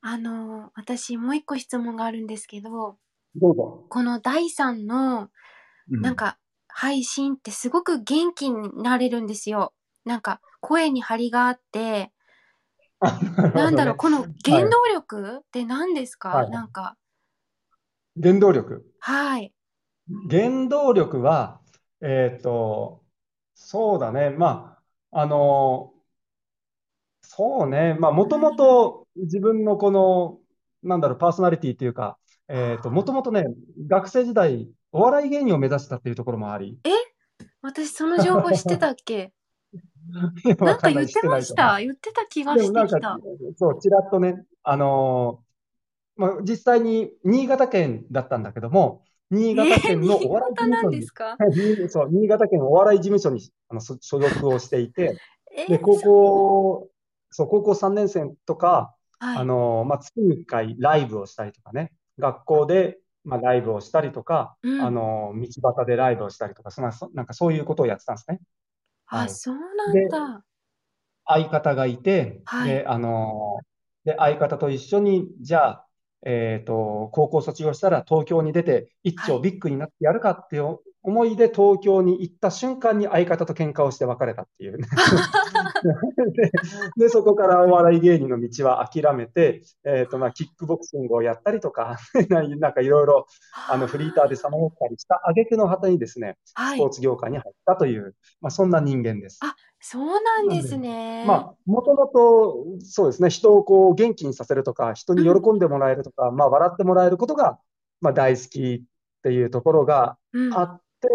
Speaker 2: あの、私もう一個質問があるんですけど、
Speaker 1: どうぞ。
Speaker 2: この第三の
Speaker 1: う
Speaker 2: なん
Speaker 1: ん。
Speaker 2: か配信ってすごく元気になれるんですよ。なんか声に張りがあって、
Speaker 1: あ、なる
Speaker 2: な
Speaker 1: ほ
Speaker 2: ん
Speaker 1: ど
Speaker 2: だろう、
Speaker 1: ね。
Speaker 2: この
Speaker 1: は
Speaker 2: 原
Speaker 1: い。
Speaker 2: 動力って何です
Speaker 1: は
Speaker 2: か
Speaker 1: い。
Speaker 2: なんか、
Speaker 1: 原動力。
Speaker 2: はい。
Speaker 1: 原動力は、えっと、そうだね。まあ、あの、そうね。まあ、も
Speaker 2: う
Speaker 1: とも
Speaker 2: ん。
Speaker 1: と自分のこの、なんだろう、パーソナリティっていうか、えっと、もともとね、学生時代、お笑い芸人を目指したっていうところもあり、
Speaker 2: え私その情報知ってたっけな
Speaker 1: わか
Speaker 2: んか
Speaker 1: んな
Speaker 2: 言
Speaker 1: い、
Speaker 2: っ
Speaker 1: 知っててな
Speaker 2: ま
Speaker 1: い
Speaker 2: し
Speaker 1: と思う。
Speaker 2: た。言ってた気が
Speaker 1: でも
Speaker 2: して
Speaker 1: なん
Speaker 2: き
Speaker 1: か、
Speaker 2: た。
Speaker 1: そう、ちらっとね、あのーまあ、実際に新潟県だったんだけども、新
Speaker 2: えー、
Speaker 1: 潟県の
Speaker 2: 新
Speaker 1: お笑い事
Speaker 2: 潟
Speaker 1: 務
Speaker 2: な
Speaker 1: 所
Speaker 2: んで
Speaker 1: に、
Speaker 2: すか
Speaker 1: 新 そう、新潟県お笑い事務所にあのそ所属をしていて、
Speaker 2: えー、
Speaker 1: で、高
Speaker 2: そう。
Speaker 1: 校そう、高校3年生とか、
Speaker 2: はい。
Speaker 1: あの、まあ、月に1回ライブをしたりとかね、学校で、まあ、ライブをしたりとか、
Speaker 2: うん
Speaker 1: あの、道端でライブをしたりとか、そんな、そなんかそういうことをやってたんですね。は
Speaker 2: あ、
Speaker 1: い
Speaker 2: そうなんだ。
Speaker 1: 相方がいて、
Speaker 2: はい
Speaker 1: で、あの、で、相方と一緒に、じゃあ、えっと、高校卒業したら東京に出て、一
Speaker 2: は
Speaker 1: 丁
Speaker 2: い
Speaker 1: ビッグになってやるかっていう思いで東京に行った瞬間に相方と喧嘩をして別れたって いうね。で、でそこからお笑い芸人の道は諦めて、えっと、まあ、キックボクシングをやったりとか、 なんかいろいろ、あの、フリーターでさまよったりした挙句の果てにですね、
Speaker 2: は
Speaker 1: ス
Speaker 2: い
Speaker 1: ポー。ツ業界に入ったという、まあ、そんな人間です。
Speaker 2: そうなんですね。
Speaker 1: まあ、もともと、そうですね、人をこう元気にさせるとか、人に喜んでもらえるとか、まあ、笑ってもらえることが、まあ、大好きっていうところが
Speaker 2: うん
Speaker 1: あって、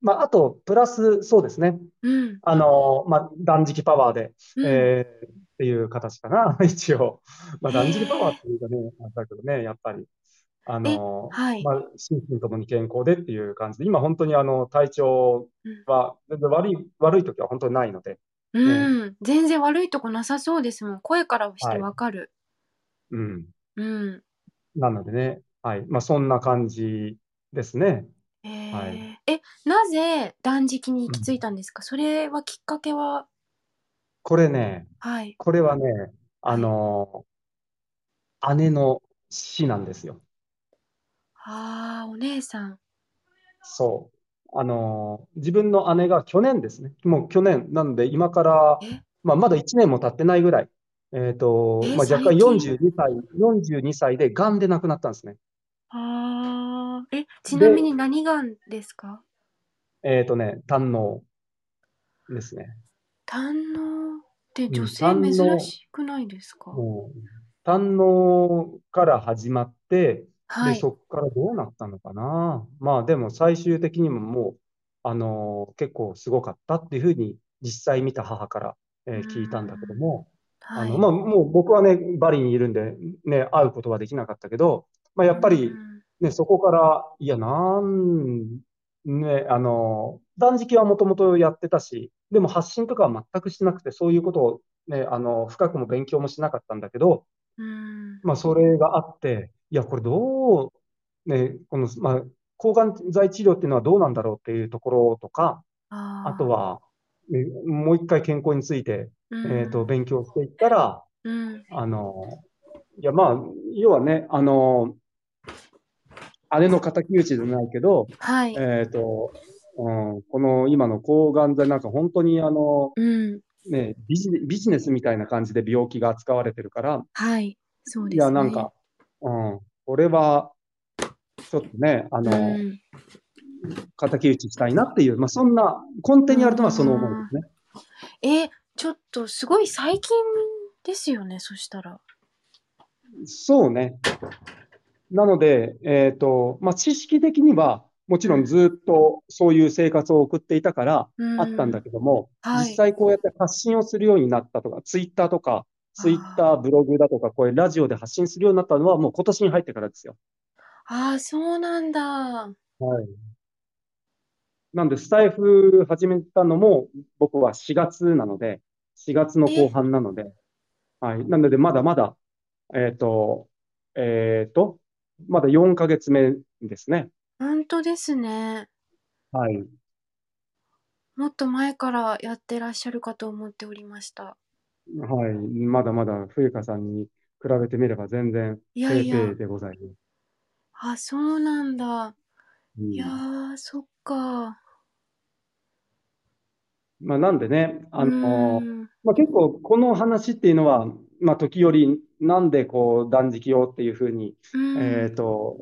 Speaker 1: まあ、あと、プラス、そうですね、
Speaker 2: うん。
Speaker 1: あの、まあ、断食パワーで、
Speaker 2: うん
Speaker 1: えーっていう形かな、 一応。まあ、断食パワーっていうかね、だけどね、やっぱり、あの、
Speaker 2: はい。
Speaker 1: まあ、心身ともに健康でっていう感じで、今本当にあの、体調は、全然悪い、悪い時は本当にないので、
Speaker 2: うん。全然悪いとこなさそうですもん。声からしてわかる。
Speaker 1: うん。
Speaker 2: うん。
Speaker 1: なのでね、はい。まあ、そんな感じですね。
Speaker 2: え
Speaker 1: は
Speaker 2: ー
Speaker 1: い
Speaker 2: え、なぜ断食に行き着いたんですかそれはきっかけは、
Speaker 1: これね、
Speaker 2: はい。
Speaker 1: これはね、あのー姉の死なんですよ。
Speaker 2: ああ、お姉さん。
Speaker 1: そう。あのー自分の姉が去年ですね。もう去年、なんで今から
Speaker 2: え、
Speaker 1: まあ、まだ1年も経ってないぐらい。えっと
Speaker 2: え、
Speaker 1: まあ、若干
Speaker 2: 最近
Speaker 1: 42歳、42歳で癌で亡くなったんですね。
Speaker 2: ああ。え、ちなみに何がんですか
Speaker 1: えっとね、胆のですね。
Speaker 2: 胆のって
Speaker 1: ん
Speaker 2: 女性
Speaker 1: 胆の
Speaker 2: 珍しくないですか、
Speaker 1: もう胆のから始まって、
Speaker 2: は
Speaker 1: で、
Speaker 2: い。
Speaker 1: そこからどうなったのかな。まあでも最終的にももう、あのー結構すごかったっていうふうに実際見た母から、えー聞いたんだけども、あ
Speaker 2: はい。
Speaker 1: の、まあもう僕はね、バリにいるんで、ね、会うことはできなかったけど、まあやっぱり
Speaker 2: うん
Speaker 1: ね、そこから、いや、なん、ね、あのー断食はもともとやってたし、でも発信とかは全くしなくて、そういうことをね、あのー深くも勉強もしなかったんだけど、
Speaker 2: うん。
Speaker 1: まあ、それがあって、いや、これどう、ね、この、まあ、抗がん剤治療っていうのはどうなんだろうっていうところとか、
Speaker 2: あ
Speaker 1: あと
Speaker 2: は、
Speaker 1: は、ねもう一回健康について、えっと、
Speaker 2: うん
Speaker 1: 勉強していったら、
Speaker 2: うん。
Speaker 1: あの、いや、まあ、要はね、あの、姉の敵討ちじゃないけど、
Speaker 2: はい。
Speaker 1: えっと、うん、この今の抗がん剤なんか本当にあの、
Speaker 2: うん。
Speaker 1: ね、ビジネビジネスみたいな感じで病気が扱われてるから、
Speaker 2: はい。そうで
Speaker 1: い
Speaker 2: すね。
Speaker 1: や、なんか、うん、これは、ちょっとね、あ
Speaker 2: う
Speaker 1: の、
Speaker 2: ん、
Speaker 1: 敵討ちしたいなっていう、まあ、そんな、根底にあるのはその思いですね。
Speaker 2: えちょっとすごい最近ですよね、そしたら。
Speaker 1: そうね。なので、えっと、まあ、知識的には、もちろんずっとそういう生活を送っていたから、
Speaker 2: うん、
Speaker 1: あったんだけども、
Speaker 2: はい
Speaker 1: 実際こうやって発信をするようになったとか、ツイッターとか、ツイッター、ブログだとか、こういうラジオで発信するようになったのは、もう今年に入ってからですよ。
Speaker 2: ああ、そうなんだ。
Speaker 1: はい。なんで、スタイフ始めたのも、僕は4月なので、4月の後半なので、はい。なので、まだまだ、えっと、えっと、まだ4ヶ月目ですね。
Speaker 2: 本当ですね。
Speaker 1: はい。
Speaker 2: もっと前からやってらっしゃるかと思っておりました。
Speaker 1: はい。まだまだ、冬香さんに比べてみれば全然、
Speaker 2: い
Speaker 1: ペ
Speaker 2: やい
Speaker 1: ー
Speaker 2: や
Speaker 1: ペーでございます。
Speaker 2: あ、そうなんだ。
Speaker 1: うん
Speaker 2: いやー、そっか。
Speaker 1: まあ、なんでね、あのー、
Speaker 2: うん
Speaker 1: まあ、結構、この話っていうのは、まあ、時折、なんでこう、断食をっていうふうに、
Speaker 2: うん
Speaker 1: えっと、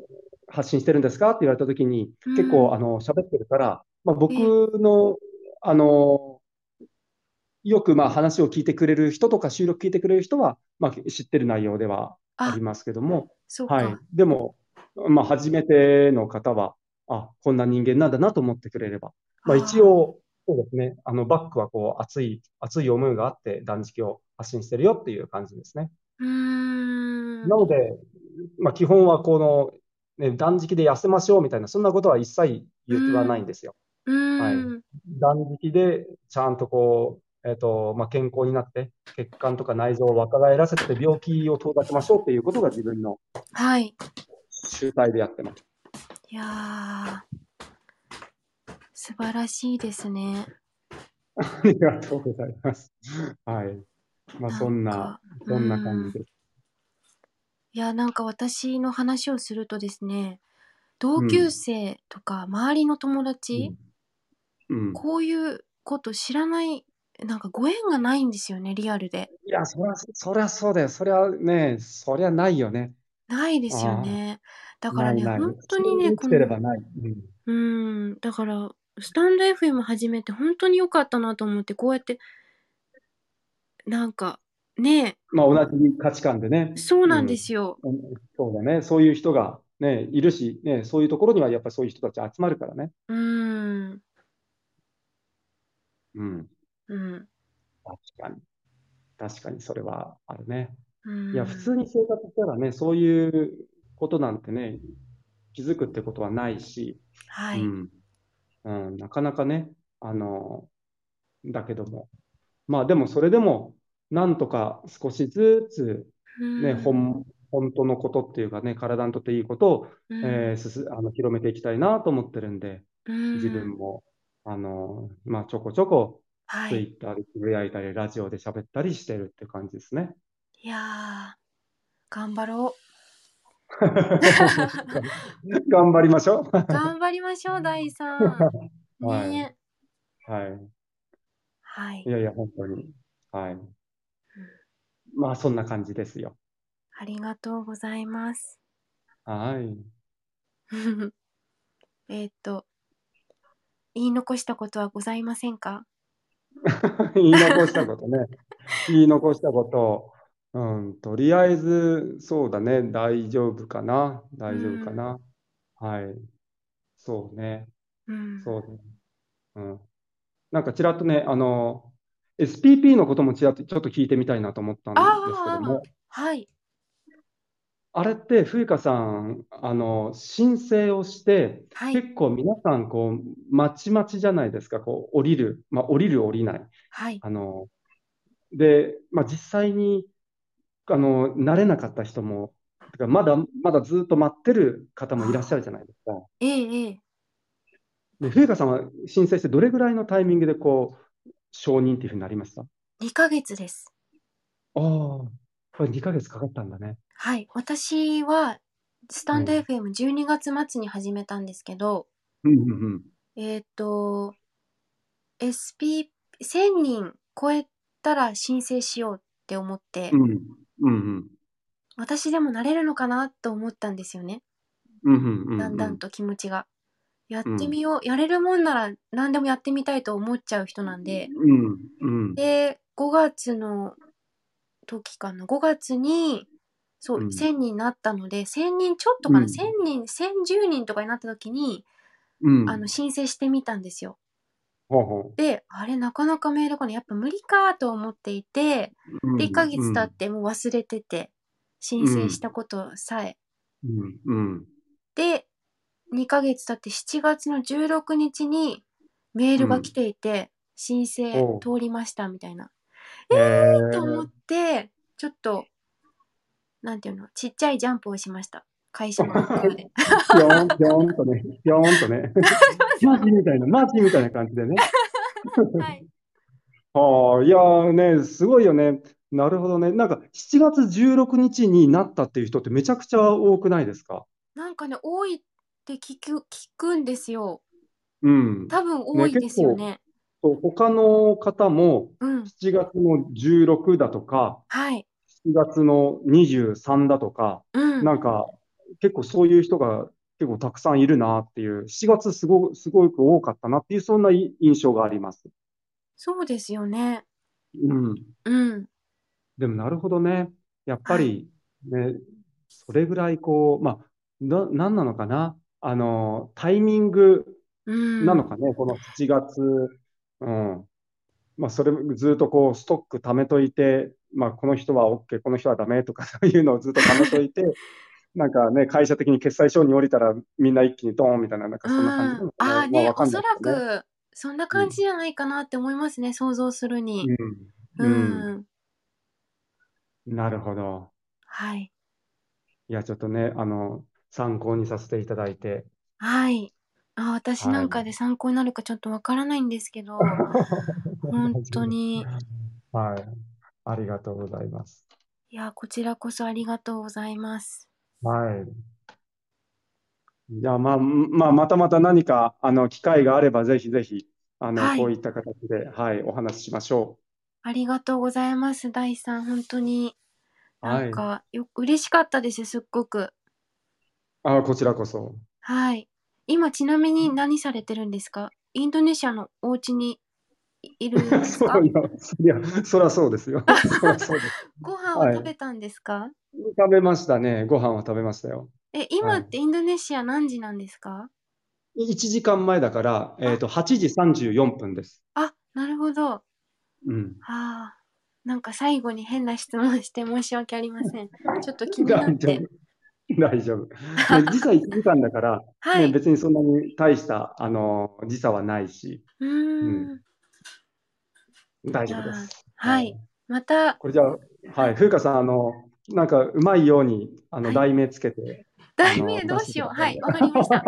Speaker 1: 発信してるんですかって言われたときに、
Speaker 2: うん
Speaker 1: 結構、あの、喋ってるから、まあ、僕の、あの、よく、まあ、話を聞いてくれる人とか、収録聞いてくれる人は、まあ、知ってる内容ではありますけども、
Speaker 2: そうか。
Speaker 1: はい。でも、まあ、初めての方は、あ、こんな人間なんだなと思ってくれれば、まあ、
Speaker 2: あー
Speaker 1: 一応、そうですね、あの、バックは、こう、熱い、熱い思いがあって、断食を発信してるよっていう感じですね。
Speaker 2: うーん。
Speaker 1: なので、まあ、基本はこの、ね、断食で痩せましょうみたいな、そんなことは一切言わないんですよ。
Speaker 2: うん。
Speaker 1: はい断食でちゃんとこう、えっとまあ、健康になって血管とか内臓を若返らせて病気を遠ざけましょうっていうことが自分の
Speaker 2: はい。
Speaker 1: 集大でやってます。
Speaker 2: いやー素晴らしいですね。
Speaker 1: ありがとうございます。はい。まあ、そんな、
Speaker 2: か
Speaker 1: そんな感じ
Speaker 2: うん
Speaker 1: です。
Speaker 2: いやなんか私の話をするとですね同級生とか周りの友達、
Speaker 1: うん、
Speaker 2: こういうこと知らないなんかご縁がないんですよねリアルで。
Speaker 1: いや、そりゃ、そりゃそうだよ。そりゃね、そりゃないよね。
Speaker 2: ないですよね。だからね
Speaker 1: ないない
Speaker 2: 本当にね
Speaker 1: 生きてればない。うん
Speaker 2: うん、だから、スタンド FM 始めて本当に良かったなと思って、こうやって、なんか、ね
Speaker 1: まあ、同じ価値観でね
Speaker 2: え、。そうなんです
Speaker 1: よ。
Speaker 2: よ。
Speaker 1: うんそうだね。そういう人が、ね、いるし、ね、そういうところにはやっぱりそういう人たち集まるからね。
Speaker 2: うん、
Speaker 1: うん。
Speaker 2: うん、
Speaker 1: 確かに。確かに、それはあるね。
Speaker 2: うん。
Speaker 1: いや、普通に生活したらね、そういうことなんてね、気づくってことはないし、
Speaker 2: はい。
Speaker 1: うんうん、なかなかね、あの、だけども、まあでもそれでも、なんとか少しずつ、ね、
Speaker 2: うん
Speaker 1: 本、本当のことっていうかね、体にとっていいことを、
Speaker 2: うん
Speaker 1: えーすす、あの、広めていきたいなと思ってるんで、
Speaker 2: うん
Speaker 1: 自分も、あの、まあちょこちょこ、
Speaker 2: は
Speaker 1: ツ
Speaker 2: い。
Speaker 1: イッターでつぶやいたり、ラジオで喋ったりしてるって感じですね。
Speaker 2: いやー、頑張ろう。
Speaker 1: 頑張りましょう。
Speaker 2: 頑張りましょう、第3。
Speaker 1: はい
Speaker 2: ねえ。
Speaker 1: はい。
Speaker 2: はい
Speaker 1: い。やいや、本当に。はい。まあ、そんな感じですよ。
Speaker 2: ありがとうございます。
Speaker 1: はい。
Speaker 2: えーっと、言い残したことはございませんか
Speaker 1: 言い残したこと ね。言い残したこと。うん、とりあえず、そうだね。大丈夫かな。大丈夫かな。はい。そうね。
Speaker 2: うん。
Speaker 1: そうね。うん。なんか、ちらっとね、あの、SPP のこともちらっとちょっと聞いてみたいなと思ったんですけども、
Speaker 2: はい。
Speaker 1: あれって、風花さん、あの、申請をして、
Speaker 2: はい。
Speaker 1: 結構皆さん、こう、まちまちじゃないですか、こう、降りる、まあ、降りる、降りない。
Speaker 2: はい。
Speaker 1: あの、で、まあ、実際に、あの、慣れなかった人も、てかまだ、まだずっと待ってる方もいらっしゃるじゃないですか。
Speaker 2: ええええ。
Speaker 1: で、冬香さんは申請してどれぐらいのタイミングで、こう、承認っていうふうになりましたあ
Speaker 2: 2ヶ月です。
Speaker 1: あ、これ2ヶ月かかったんだね。
Speaker 2: はい。私は、スタンド
Speaker 1: うん
Speaker 2: FM12 月末に始めたんですけど、
Speaker 1: うんうんうん。
Speaker 2: えーっと、SP、1000人超えたら申請しようって思って、
Speaker 1: うんうんうん。
Speaker 2: 私でもなれるのかなと思ったんですよね。
Speaker 1: うんうんうんうん
Speaker 2: だんだんと気持ちが。やってみよう、やれるもんなら何でもやってみたいと思っちゃう人なんで、
Speaker 1: うんうん。
Speaker 2: で5月の時かな5月にそ
Speaker 1: う
Speaker 2: う、
Speaker 1: ん
Speaker 2: 1,000人になったので1,000人ちょっと
Speaker 1: う
Speaker 2: かな、
Speaker 1: ん
Speaker 2: 1,000人1,010人とかになった時に、
Speaker 1: うん。
Speaker 2: あの申請してみたんですよ。
Speaker 1: ほうほ
Speaker 2: であれなかなかメール来ないやっぱ無理かと思っていて
Speaker 1: う。
Speaker 2: で1ヶ月経
Speaker 1: た
Speaker 2: ってもう忘れてて申請したことさえ。
Speaker 1: うんうん。
Speaker 2: で2ヶ月経って7月の16日にメールが来ていて、申請
Speaker 1: おう
Speaker 2: 通りましたみたいな。
Speaker 1: えー
Speaker 2: と思って、ちょっと、なんていうの、ちっちゃいジャンプをしました。会社の発表 で。
Speaker 1: ぴょんぴょんとね、ぴょんとね。マジみたいな、マジみたいな感じでね。
Speaker 2: はい。
Speaker 1: ああ、いやーね、すごいよね。なるほどね。なんか、7月16日になったっていう人ってめちゃくちゃ多くないですか
Speaker 2: なんかね、多いって聞く、聞くんですよ。
Speaker 1: うん。
Speaker 2: 多分多いですよね。
Speaker 1: そう他の方も、
Speaker 2: うん。
Speaker 1: 7月の16だとか、
Speaker 2: はい。
Speaker 1: 7月の23だとか、
Speaker 2: うん。
Speaker 1: なんか、結構そういう人が結構たくさんいるなっていう、7月すご、すごく多かったなっていう、そんない印象があります。
Speaker 2: そうですよね。
Speaker 1: うん。
Speaker 2: うん。
Speaker 1: でもなるほどね。やっぱり、ね、それぐらいこう、まあ、な、なんなのかな。あの、タイミング
Speaker 2: うん。
Speaker 1: なのかね。この7月、うん。まあ、それ、ずっとこう、ストック貯めといて、まあ、この人は OK、この人はダメとか、 そういうのをずっと貯めとい て、なんかね、会社的に決済承認降りたら、みんな一気にドーンみたいな、なんかそんな感じな
Speaker 2: うん
Speaker 1: の。か
Speaker 2: ああ
Speaker 1: な。まあ、
Speaker 2: ね、
Speaker 1: わか
Speaker 2: お
Speaker 1: んな
Speaker 2: そ
Speaker 1: い
Speaker 2: ら
Speaker 1: けどね。
Speaker 2: く、そんな感じじゃないかなって思いますね、想像するに。
Speaker 1: う。
Speaker 2: うんん。
Speaker 1: うん。なるほど。
Speaker 2: はい。
Speaker 1: いや、ちょっとね、あの、参考にさせていただいて。
Speaker 2: はい。あ私
Speaker 1: はい
Speaker 2: なんかで参考になるかちょっとわからないんです けど、本当に。
Speaker 1: はい。ありがとうございます。
Speaker 2: いや、こちらこそありがとうございます。
Speaker 1: はい。じゃあ、まあ、まあ、またまた何か、あの、機会があれば、ぜひぜひ、あの、
Speaker 2: はい
Speaker 1: こういった形で、はい、お話ししましょ
Speaker 2: ありがとうございます、大さん。本当に。
Speaker 1: う。
Speaker 2: な
Speaker 1: はい
Speaker 2: ん。か、よ、嬉しかったです、すっごく。
Speaker 1: あ、こちらこそ。
Speaker 2: はい。今、ちなみに何されてるんですかインドネシアのお家にいいるんで す
Speaker 1: そ
Speaker 2: か
Speaker 1: うよ。いや、そらそうですよ。そらそうです。
Speaker 2: ご飯
Speaker 1: は
Speaker 2: はい食べたんですか、
Speaker 1: 食べましたね。ご飯は食べましたよ。
Speaker 2: え、今
Speaker 1: はい
Speaker 2: ってインドネシア何時なんですか
Speaker 1: 1時間前だから、えっと、8時34分です。
Speaker 2: あ、なるほど。
Speaker 1: うん。
Speaker 2: ああ、なんか最後に変な質問して申し訳ありませ ん。ちょっと気にな
Speaker 1: 大
Speaker 2: っ
Speaker 1: 丈
Speaker 2: て。
Speaker 1: 夫。大丈夫。ね時差1時間だから、
Speaker 2: は
Speaker 1: ね、
Speaker 2: い。
Speaker 1: 別にそんなに大した、あの、時差はないし、
Speaker 2: うー。
Speaker 1: うん大丈夫です。
Speaker 2: はい。。また、
Speaker 1: これじゃあ、はい、風花さん、あの、なんかうまいように、あ
Speaker 2: は
Speaker 1: の、
Speaker 2: い
Speaker 1: 題名つけて、
Speaker 2: 題
Speaker 1: あ
Speaker 2: 名
Speaker 1: の
Speaker 2: どうしよう。
Speaker 1: 出
Speaker 2: は
Speaker 1: して
Speaker 2: い、
Speaker 1: く
Speaker 2: わかりました。
Speaker 1: ね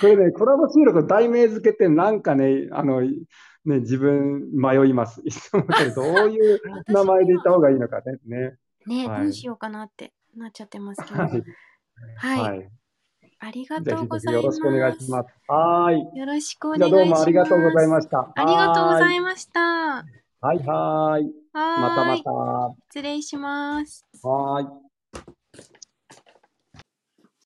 Speaker 1: これね、コラボ収録、題名付けて、なんかね、あの、いね、自分迷います。いつもこ れどういう名前で言った方がいいのかね。ね。
Speaker 2: ね、
Speaker 1: はい
Speaker 2: どうしようかなってなっちゃってますけど。
Speaker 1: はい。
Speaker 2: はい。
Speaker 1: はい。
Speaker 2: ありが
Speaker 1: ぜ
Speaker 2: とうご
Speaker 1: ひぜひ
Speaker 2: ざ
Speaker 1: よ
Speaker 2: い
Speaker 1: ろ
Speaker 2: ま
Speaker 1: し
Speaker 2: す。
Speaker 1: くお願いします。はーい。
Speaker 2: よろしくお
Speaker 1: じゃ
Speaker 2: 願
Speaker 1: あどう
Speaker 2: い
Speaker 1: も
Speaker 2: します。
Speaker 1: ありがとうございました。
Speaker 2: ありがとうござ
Speaker 1: はい
Speaker 2: ました。は
Speaker 1: ーい。はいはい。
Speaker 2: ーい。
Speaker 1: またまた。
Speaker 2: 失礼します。
Speaker 1: はーい。